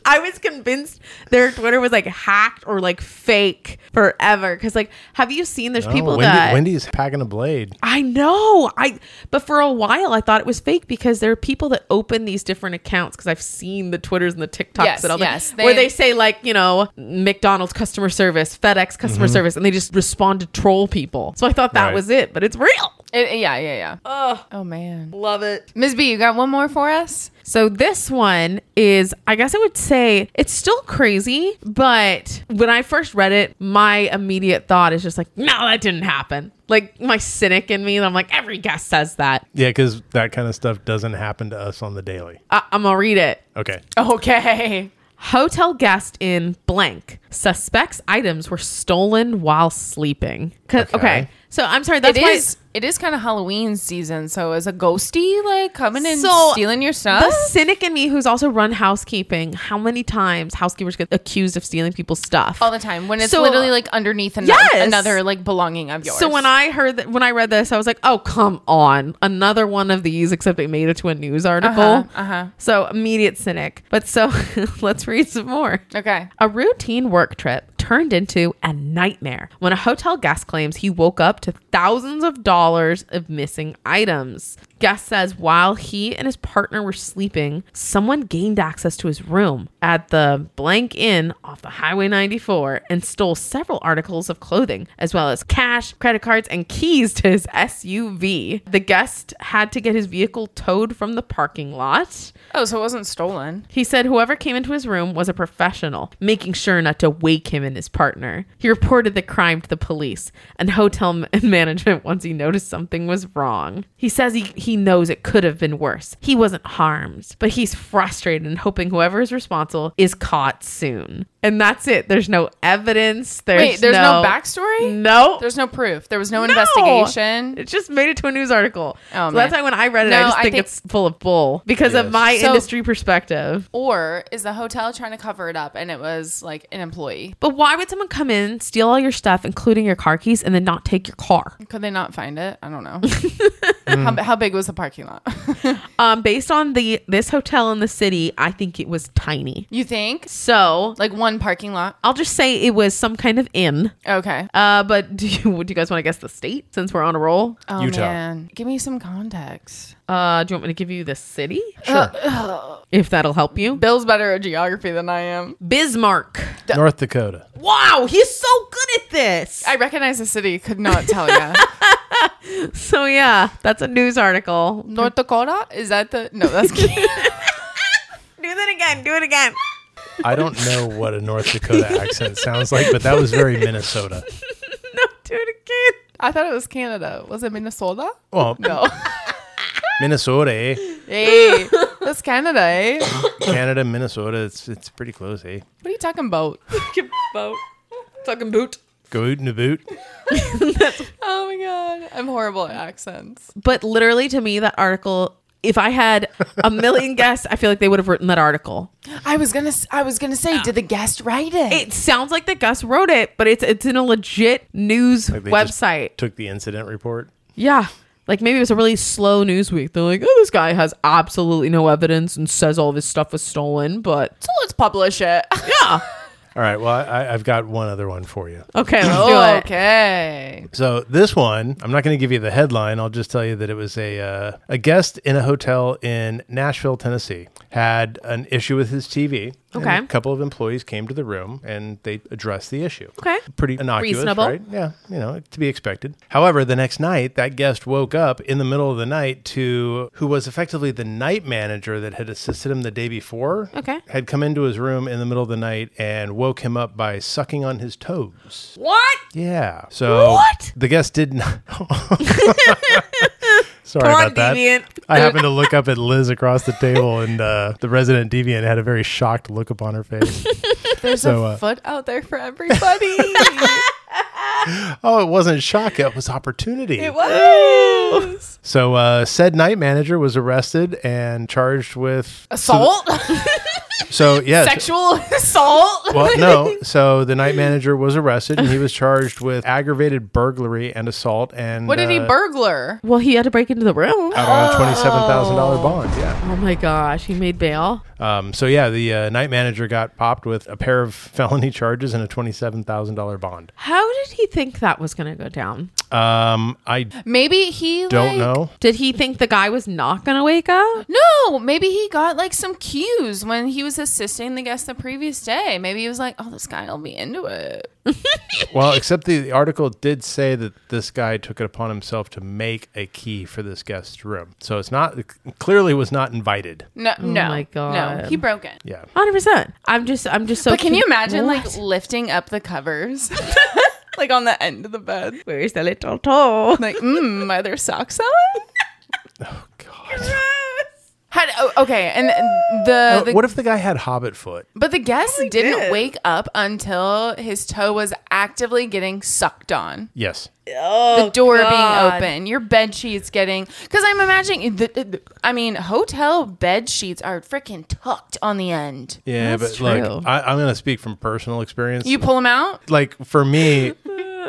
Speaker 1: I was convinced their Twitter was like hacked or like fake forever. Cause like, have you seen there's
Speaker 3: Oh,
Speaker 1: people
Speaker 3: Wendy-
Speaker 1: that
Speaker 3: Wendy's packing a blade.
Speaker 1: I know. I but for a while I thought it was fake because there are people that open these different accounts because I've seen the Twitters and the TikToks
Speaker 2: Yes,
Speaker 1: and all that
Speaker 2: yes.
Speaker 1: where
Speaker 2: They-
Speaker 1: they say like you know McDonald's customer service, FedEx customer service, and they just respond to troll people. So I thought that
Speaker 3: Right.
Speaker 1: was it, but it's real.
Speaker 2: It- yeah, yeah, yeah.
Speaker 1: Oh,
Speaker 2: Oh man.
Speaker 1: love it.
Speaker 2: Ms. B, you got one more for us?
Speaker 1: So this one is, I guess I would say it's still crazy, but when I first read it, my immediate thought is just like, no, that didn't happen. Like my cynic in me, I'm like, every guest says that.
Speaker 3: Yeah, because that kind of stuff doesn't happen to us on the daily.
Speaker 1: I- I'm gonna read it.
Speaker 3: Okay.
Speaker 2: Okay.
Speaker 1: Hotel guest in blank suspects items were stolen while sleeping. 'Cause- Okay.
Speaker 3: Okay.
Speaker 1: So I'm sorry.
Speaker 2: It
Speaker 1: That's
Speaker 2: is.
Speaker 1: why.
Speaker 2: it is kind of Halloween season, so is a ghosty like coming and
Speaker 1: So,
Speaker 2: stealing your stuff?
Speaker 1: The cynic in me, who's also run housekeeping, how many times housekeepers get accused of stealing people's stuff
Speaker 2: all the time when it's
Speaker 1: So-
Speaker 2: literally like underneath an-
Speaker 1: Yes!
Speaker 2: another like belonging of yours.
Speaker 1: So when I heard that, when I read this, I was like, "Oh, come on, another one of these!" Except it made it to a news article.
Speaker 2: Uh-huh, uh-huh.
Speaker 1: So immediate cynic. But so let's read some more.
Speaker 2: okay,
Speaker 1: A routine work trip turned into a nightmare when a hotel guest claims he woke up to thousands of dollars of missing items. Guest says while he and his partner were sleeping, someone gained access to his room at the blank inn off the Highway 94 and stole several articles of clothing, as well as cash, credit cards, and keys to his SUV. The guest had to get his vehicle towed from the parking lot.
Speaker 2: oh, so it wasn't stolen.
Speaker 1: He said whoever came into his room was a professional, making sure not to wake him and his partner. He reported the crime to the police and hotel ma- management once he noticed something was wrong. He says he, he knows it could have been worse. He wasn't harmed, but he's frustrated and hoping whoever is responsible is caught soon. And that's it. There's no evidence. There's
Speaker 2: Wait, there's
Speaker 1: no,
Speaker 2: no, backstory.
Speaker 1: No.
Speaker 2: There's no proof. There was no,
Speaker 1: No.
Speaker 2: investigation.
Speaker 1: It just made it to a news article.
Speaker 2: Oh,
Speaker 1: so that's
Speaker 2: man.
Speaker 1: why when I read it, I
Speaker 2: No,
Speaker 1: just
Speaker 2: I
Speaker 1: think,
Speaker 2: think-
Speaker 1: it's full of bull because of
Speaker 3: Yes.
Speaker 1: my
Speaker 2: So-
Speaker 1: industry perspective.
Speaker 2: Or is the hotel trying to cover it up and it was like an employee?
Speaker 1: But why would someone come in, steal all your stuff, including your car keys, and then not take your car?
Speaker 2: Could they not find it? I don't know. how, how big was the parking lot?
Speaker 1: Um, based on the this hotel in the city, I think it was tiny.
Speaker 2: you think?
Speaker 1: So
Speaker 2: Like one parking lot?
Speaker 1: I'll just say it was some kind of inn.
Speaker 2: Okay.
Speaker 1: Uh, but do you do you guys want to guess the state since we're on a roll?
Speaker 2: Oh
Speaker 3: Utah.
Speaker 2: man, give me some context.
Speaker 1: Uh, do you want me to give you the city? Sure. if that'll help you,
Speaker 2: Bill's better at geography than I am.
Speaker 1: Bismarck.
Speaker 3: North Dakota.
Speaker 1: Wow, he's so good at this.
Speaker 2: I recognize the city. Could not tell you.
Speaker 1: So yeah, that's a news article.
Speaker 2: North Dakota? Is that the? No, that's.
Speaker 1: Do that again. Do it again.
Speaker 3: I don't know what a North Dakota accent sounds like, but that was very Minnesota.
Speaker 1: no, do it again.
Speaker 2: I thought it was Canada. Was it Minnesota?
Speaker 3: Well,
Speaker 2: No.
Speaker 3: Minnesota, eh?
Speaker 2: hey, that's Canada. Eh? What
Speaker 3: Canada, Minnesota. It's it's pretty close, eh?
Speaker 2: are you talking about?
Speaker 1: boat. Talking boot.
Speaker 3: Go out in a boot.
Speaker 2: Oh my god, I'm horrible at accents.
Speaker 1: But literally, to me, that article, if I had a million guests, I feel like they would have written that article.
Speaker 2: I was gonna. s- I was gonna say, did the guest write it?
Speaker 1: It sounds like that Gus wrote it, but it's it's in a legit news
Speaker 3: Like they just
Speaker 1: website.
Speaker 3: Took the incident report.
Speaker 1: Yeah. Like maybe it was a really slow news week. They're like, oh, this guy has absolutely no evidence and says all of his stuff was stolen, but
Speaker 2: so let's publish it.
Speaker 1: yeah.
Speaker 3: All right. Well, I, I've got one other one for you.
Speaker 1: Okay, let's
Speaker 2: Oh.
Speaker 1: do it.
Speaker 2: okay.
Speaker 3: So this one, I'm not going to give you the headline. I'll just tell you that it was a uh, a guest in a hotel in Nashville, Tennessee, had an issue with his TV. and
Speaker 1: Okay.
Speaker 3: a couple of employees came to the room and they addressed the issue.
Speaker 1: Okay.
Speaker 3: Pretty innocuous,
Speaker 1: Reasonable.
Speaker 3: right? Yeah, you know, to be expected. However, the next night, that guest woke up in the middle of the night to who was effectively the night manager that had assisted him the day before.
Speaker 1: Okay.
Speaker 3: Had come into his room in the middle of the night and woke him up by sucking on his toes.
Speaker 1: What?
Speaker 3: Yeah. So
Speaker 1: What?
Speaker 3: the guest did not. Sorry
Speaker 1: Come on,
Speaker 3: about that.
Speaker 1: Deviant.
Speaker 3: I happened to look up at Liz across the table, and uh, the resident deviant had a very shocked look upon her face.
Speaker 2: There's
Speaker 3: So,
Speaker 2: a
Speaker 3: uh,
Speaker 2: foot out there for everybody.
Speaker 3: oh, it wasn't shock; it was opportunity.
Speaker 2: it was
Speaker 3: So, uh, said night manager was arrested and charged with
Speaker 2: assault,
Speaker 3: So, yeah,
Speaker 2: sexual assault.
Speaker 3: Well, no. So the night manager was arrested and he was charged with aggravated burglary and assault. And
Speaker 2: What did he
Speaker 3: uh,
Speaker 2: burglar?
Speaker 1: Well, he had to break into the room.
Speaker 3: Out on a twenty-seven thousand dollar bond. Yeah.
Speaker 1: Oh my gosh, he made bail.
Speaker 3: Um, so yeah, the uh, night manager got popped with a pair of felony charges and a twenty-seven thousand dollar bond.
Speaker 1: How did he think that was going to go down?
Speaker 3: Um, I
Speaker 2: Maybe he like,
Speaker 3: don't know.
Speaker 1: Did he think the guy was not going to wake up?
Speaker 2: No, maybe he got like some cues when he was assisting the guest the previous day. Maybe he was like, "Oh, this guy will be into it."
Speaker 3: Well, except the, the article did say that this guy took it upon himself to make a key for this guest's room. So it's not clearly was not invited.
Speaker 2: No, no,
Speaker 1: Oh my God.
Speaker 2: no, he broke it.
Speaker 3: Yeah.
Speaker 1: 100%. I'm just I'm just so
Speaker 2: But can
Speaker 1: cu-
Speaker 2: you imagine like
Speaker 1: What?
Speaker 2: lifting up the covers, like on the end of the bed?
Speaker 1: where is the little toe?
Speaker 2: Like, mm, are there socks on?
Speaker 3: God.
Speaker 2: Had oh, okay, and the, the
Speaker 3: Uh, what if the guy had hobbit foot?
Speaker 2: but the guest didn't
Speaker 1: did.
Speaker 2: wake up until his toe was actively getting sucked on.
Speaker 3: Yes.
Speaker 1: Oh,
Speaker 2: the door
Speaker 1: God.
Speaker 2: being open, your bed sheets getting. Because I'm imagining, the, the- I mean, hotel bed sheets are freaking tucked on the end.
Speaker 3: Yeah,
Speaker 1: That's
Speaker 3: but
Speaker 1: true.
Speaker 3: look, I, I'm going to speak from personal experience.
Speaker 2: You pull them out.
Speaker 3: like for me,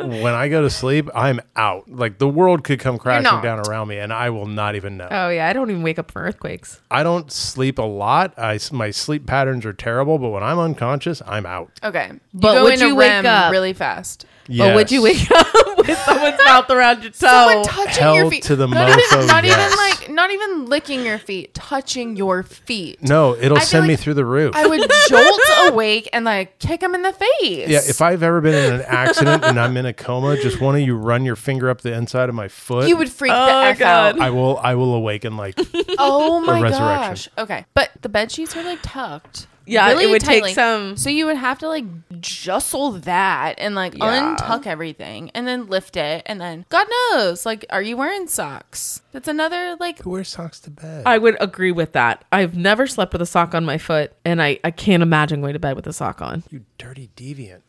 Speaker 3: when I go to sleep, I'm out. Like the world could come crashing
Speaker 2: not.
Speaker 3: down around me, and I will not even know.
Speaker 1: Oh yeah, I don't even wake up from earthquakes.
Speaker 3: I don't sleep a lot. I s- my sleep patterns are terrible, but when I'm unconscious, I'm out.
Speaker 2: Okay,
Speaker 1: But
Speaker 2: you go
Speaker 1: would
Speaker 2: into
Speaker 1: you wake
Speaker 2: REM
Speaker 1: up?
Speaker 2: really fast.
Speaker 1: But Oh, would you
Speaker 3: Yes.
Speaker 1: wake up with someone's mouth around your toe?
Speaker 2: Someone touching
Speaker 3: Hell
Speaker 2: your feet.
Speaker 3: to the
Speaker 2: not
Speaker 3: mofo,
Speaker 2: even, not
Speaker 3: yes.
Speaker 2: even like, not even licking your feet, touching your feet.
Speaker 3: No, it'll
Speaker 2: I feel
Speaker 3: send me
Speaker 2: like
Speaker 3: through the roof.
Speaker 2: I would jolt awake and like kick him in the face.
Speaker 3: yeah, if I've ever been in an accident and I'm in a coma, just one of you run your finger up the inside of my foot.
Speaker 2: you would freak
Speaker 1: Oh,
Speaker 2: the f
Speaker 1: God.
Speaker 2: out.
Speaker 3: I will. I will awaken. Like
Speaker 2: Oh my gosh.
Speaker 3: resurrection.
Speaker 2: Okay, but the bed sheets are like tucked.
Speaker 1: Yeah, it would take
Speaker 2: tightly.
Speaker 1: some-
Speaker 2: So you would have to like jostle that and like
Speaker 1: Yeah.
Speaker 2: untuck everything and then lift it and then God knows, like, are you wearing socks? That's another like.
Speaker 3: who wears socks to bed?
Speaker 1: I would agree with that. I've never slept with a sock on my foot, and I, I can't imagine going to bed with a sock on.
Speaker 3: you dirty deviant.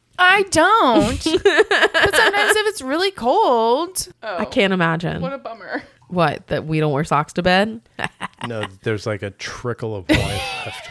Speaker 2: I don't. but sometimes if it's really cold,
Speaker 1: I can't imagine.
Speaker 2: what
Speaker 1: Oh, What,
Speaker 2: a bummer.
Speaker 1: That we don't wear socks to bed?
Speaker 3: No, there's like a trickle of wine left.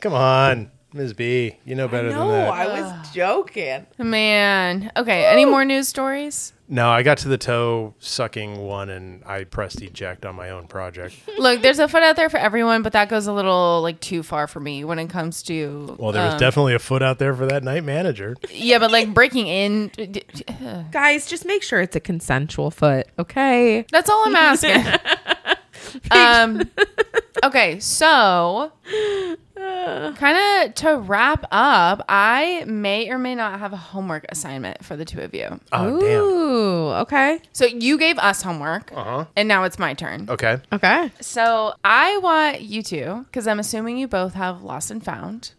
Speaker 3: Come on, Ms. B. You know better than that.
Speaker 1: was joking.
Speaker 2: Man. Okay. Any more news stories?
Speaker 3: no, I got to the toe sucking one and I pressed eject on my own project.
Speaker 2: Look, there's a foot out there for everyone, but that goes a little like too far for me when it comes to.
Speaker 3: Well, there was
Speaker 2: um,
Speaker 3: definitely a foot out there for that night manager.
Speaker 2: Yeah, but like breaking in. d- d- ugh.
Speaker 1: Guys, just make sure it's a consensual foot, okay?
Speaker 2: That's all I'm asking. um. Okay, so kind of to wrap up, I may or may not have a homework assignment for the two of you.
Speaker 3: Oh, damn.
Speaker 1: Ooh, okay.
Speaker 2: So you gave us homework, and now it's my turn.
Speaker 3: Okay.
Speaker 1: Okay.
Speaker 2: So I want you two, because I'm assuming you both have lost and found.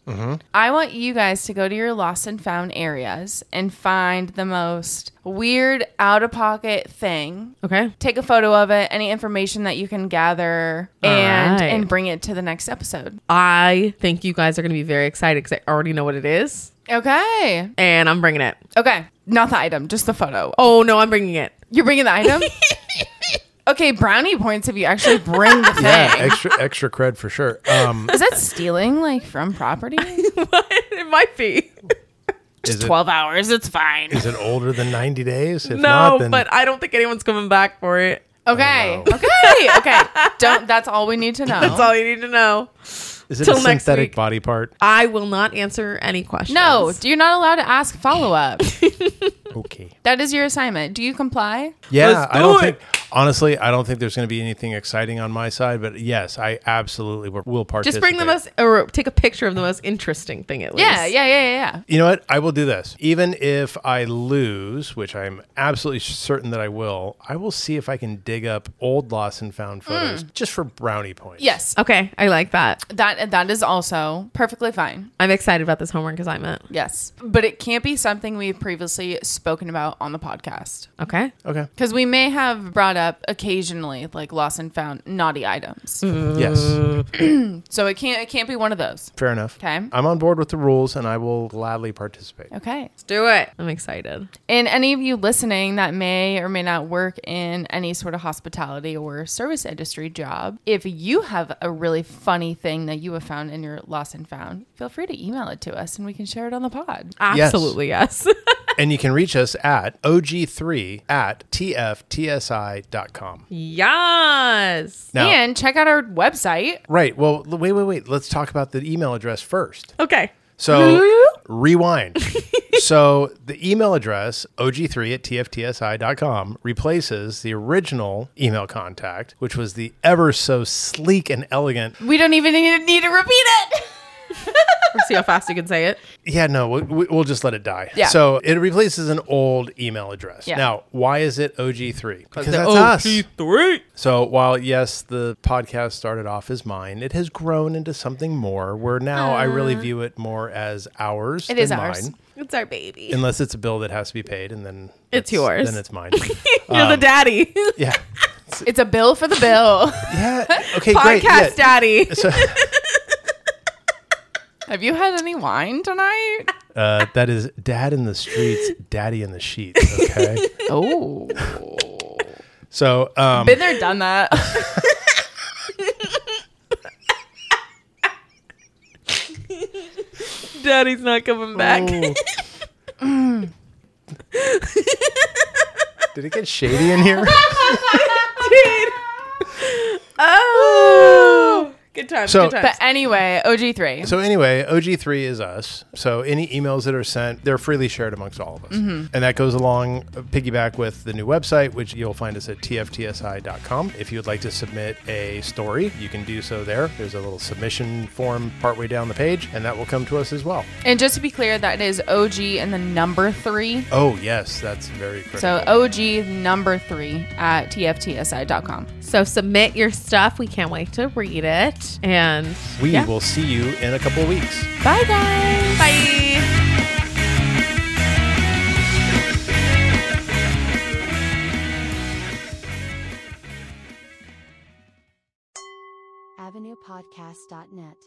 Speaker 2: I want you guys to go to your lost and found areas and find the most weird, out of pocket thing.
Speaker 1: Okay.
Speaker 2: Take a photo of it, any information that you can gather, and
Speaker 1: right.
Speaker 2: and bring it to the next episode.
Speaker 1: I think you guys are going to be very excited because I already know what it is,
Speaker 2: Okay.
Speaker 1: and I'm bringing it.
Speaker 2: Okay. Not the item, just the photo. Oh,
Speaker 1: Oh, no, I'm bringing it.
Speaker 2: you're bringing the item. okay, brownie points if you actually bring the thing.
Speaker 3: Yeah, extra extra cred for sure. Um,
Speaker 2: Is that stealing like from property?
Speaker 1: what? It might be.
Speaker 3: is, it,
Speaker 2: Twelve hours, it's fine.
Speaker 3: is it older than 90 days? If
Speaker 1: no,
Speaker 3: not, then
Speaker 1: but I don't think anyone's coming back for it.
Speaker 2: Okay.
Speaker 3: Oh, no.
Speaker 2: Okay. Okay. Don't. That's all we need to know.
Speaker 1: That's all you need to know.
Speaker 3: is it a
Speaker 1: till next
Speaker 3: synthetic
Speaker 1: week.
Speaker 3: body part?
Speaker 1: I will not answer any questions.
Speaker 2: no, you're not allowed to ask follow up.
Speaker 3: Okay.
Speaker 2: that is your assignment. Do you comply?
Speaker 3: Yeah,
Speaker 1: Let's
Speaker 3: I
Speaker 1: do
Speaker 3: don't
Speaker 1: it.
Speaker 3: think honestly, I don't think there's going to be anything exciting on my side, but yes, I absolutely will- will
Speaker 1: Just
Speaker 3: participate.
Speaker 1: bring the most, or take a picture of the most interesting thing at least.
Speaker 2: Yeah. Yeah. Yeah. Yeah.
Speaker 3: You know what? I will do this. Even if I lose, which I'm absolutely certain that I will, I will see if I can dig up old lost and found photos
Speaker 1: Mm.
Speaker 3: just for brownie points.
Speaker 2: Yes.
Speaker 1: Okay, I like that.
Speaker 2: That that is also perfectly fine.
Speaker 1: I'm excited about this homework assignment.
Speaker 2: Yes. But it can't be something we've previously spoken about on the podcast
Speaker 1: Okay.
Speaker 3: Okay.
Speaker 2: because we may have brought brought up occasionally, like lost and found naughty items.
Speaker 3: Yes.
Speaker 2: So it can't it can't be one of those.
Speaker 3: Fair enough.
Speaker 2: Okay.
Speaker 3: I'm on board with the rules and I will gladly participate.
Speaker 2: Okay.
Speaker 1: Do it. I'm excited.
Speaker 2: And any of you listening that may or may not work in any sort of hospitality or service industry job, if you have a really funny thing that you have found in your lost and found, feel free to email it to us and we can share it on the pod.
Speaker 1: Absolutely yes.
Speaker 3: And you can reach us at og3 at tftsi.com.
Speaker 1: yes.
Speaker 3: Now,
Speaker 2: And check out our website.
Speaker 3: right. Well, l- wait, wait, wait. Let's talk about the email address first.
Speaker 1: Okay.
Speaker 3: So
Speaker 2: Mm-hmm.
Speaker 3: rewind. so the email address, og3 at tftsi.com, replaces the original email contact, which was the ever so sleek and elegant.
Speaker 2: We don't even need, need to repeat it.
Speaker 1: Let's see how fast you can say it.
Speaker 3: Yeah, no, we- we, we'll just let it die.
Speaker 2: Yeah.
Speaker 3: So it replaces an old email address.
Speaker 2: Yeah.
Speaker 3: Now, why is it og3? Because
Speaker 1: The
Speaker 3: that's us.
Speaker 1: OG3.
Speaker 3: So while yes, the podcast started off as mine, it has grown into something more. Where now I really view it more as ours.
Speaker 2: It
Speaker 3: than
Speaker 2: is ours.
Speaker 3: mine.
Speaker 1: It's our baby.
Speaker 3: unless it's a bill that has to be paid, and then
Speaker 1: It's yours.
Speaker 3: Then it's mine.
Speaker 1: You're the daddy.
Speaker 3: um, yeah,
Speaker 2: It's a bill for the bill.
Speaker 3: yeah. Okay,
Speaker 1: Podcast
Speaker 3: great. Yeah.
Speaker 1: daddy.
Speaker 3: So
Speaker 2: have you had any wine tonight?
Speaker 3: uh, that is dad in the streets, daddy in the sheets. Okay.
Speaker 2: Oh.
Speaker 3: So um,
Speaker 2: Been there, done that.
Speaker 1: Daddy's not coming back.
Speaker 3: did it get shady in here?
Speaker 1: Oh. Good times.
Speaker 3: So-
Speaker 1: good times.
Speaker 2: But anyway, OG3.
Speaker 3: So anyway, OG3 is us. So any emails that are sent, they're freely shared amongst all of us. And that goes along uh, piggyback with the new website, which you'll find us at tftsi.com. If you would like to submit a story, you can do so there. There's a little submission form partway down the page, and that will come to us as well.
Speaker 2: and just to be clear, that is OG and the number three.
Speaker 3: Oh, yes, that's very critical.
Speaker 2: So OG number three at tftsi.com.
Speaker 1: So submit your stuff. We can't wait to read it. And
Speaker 3: we
Speaker 1: yeah.
Speaker 3: will see you in a couple weeks.
Speaker 2: Bye, guys.
Speaker 1: Bye.
Speaker 4: avenuepodcast.net.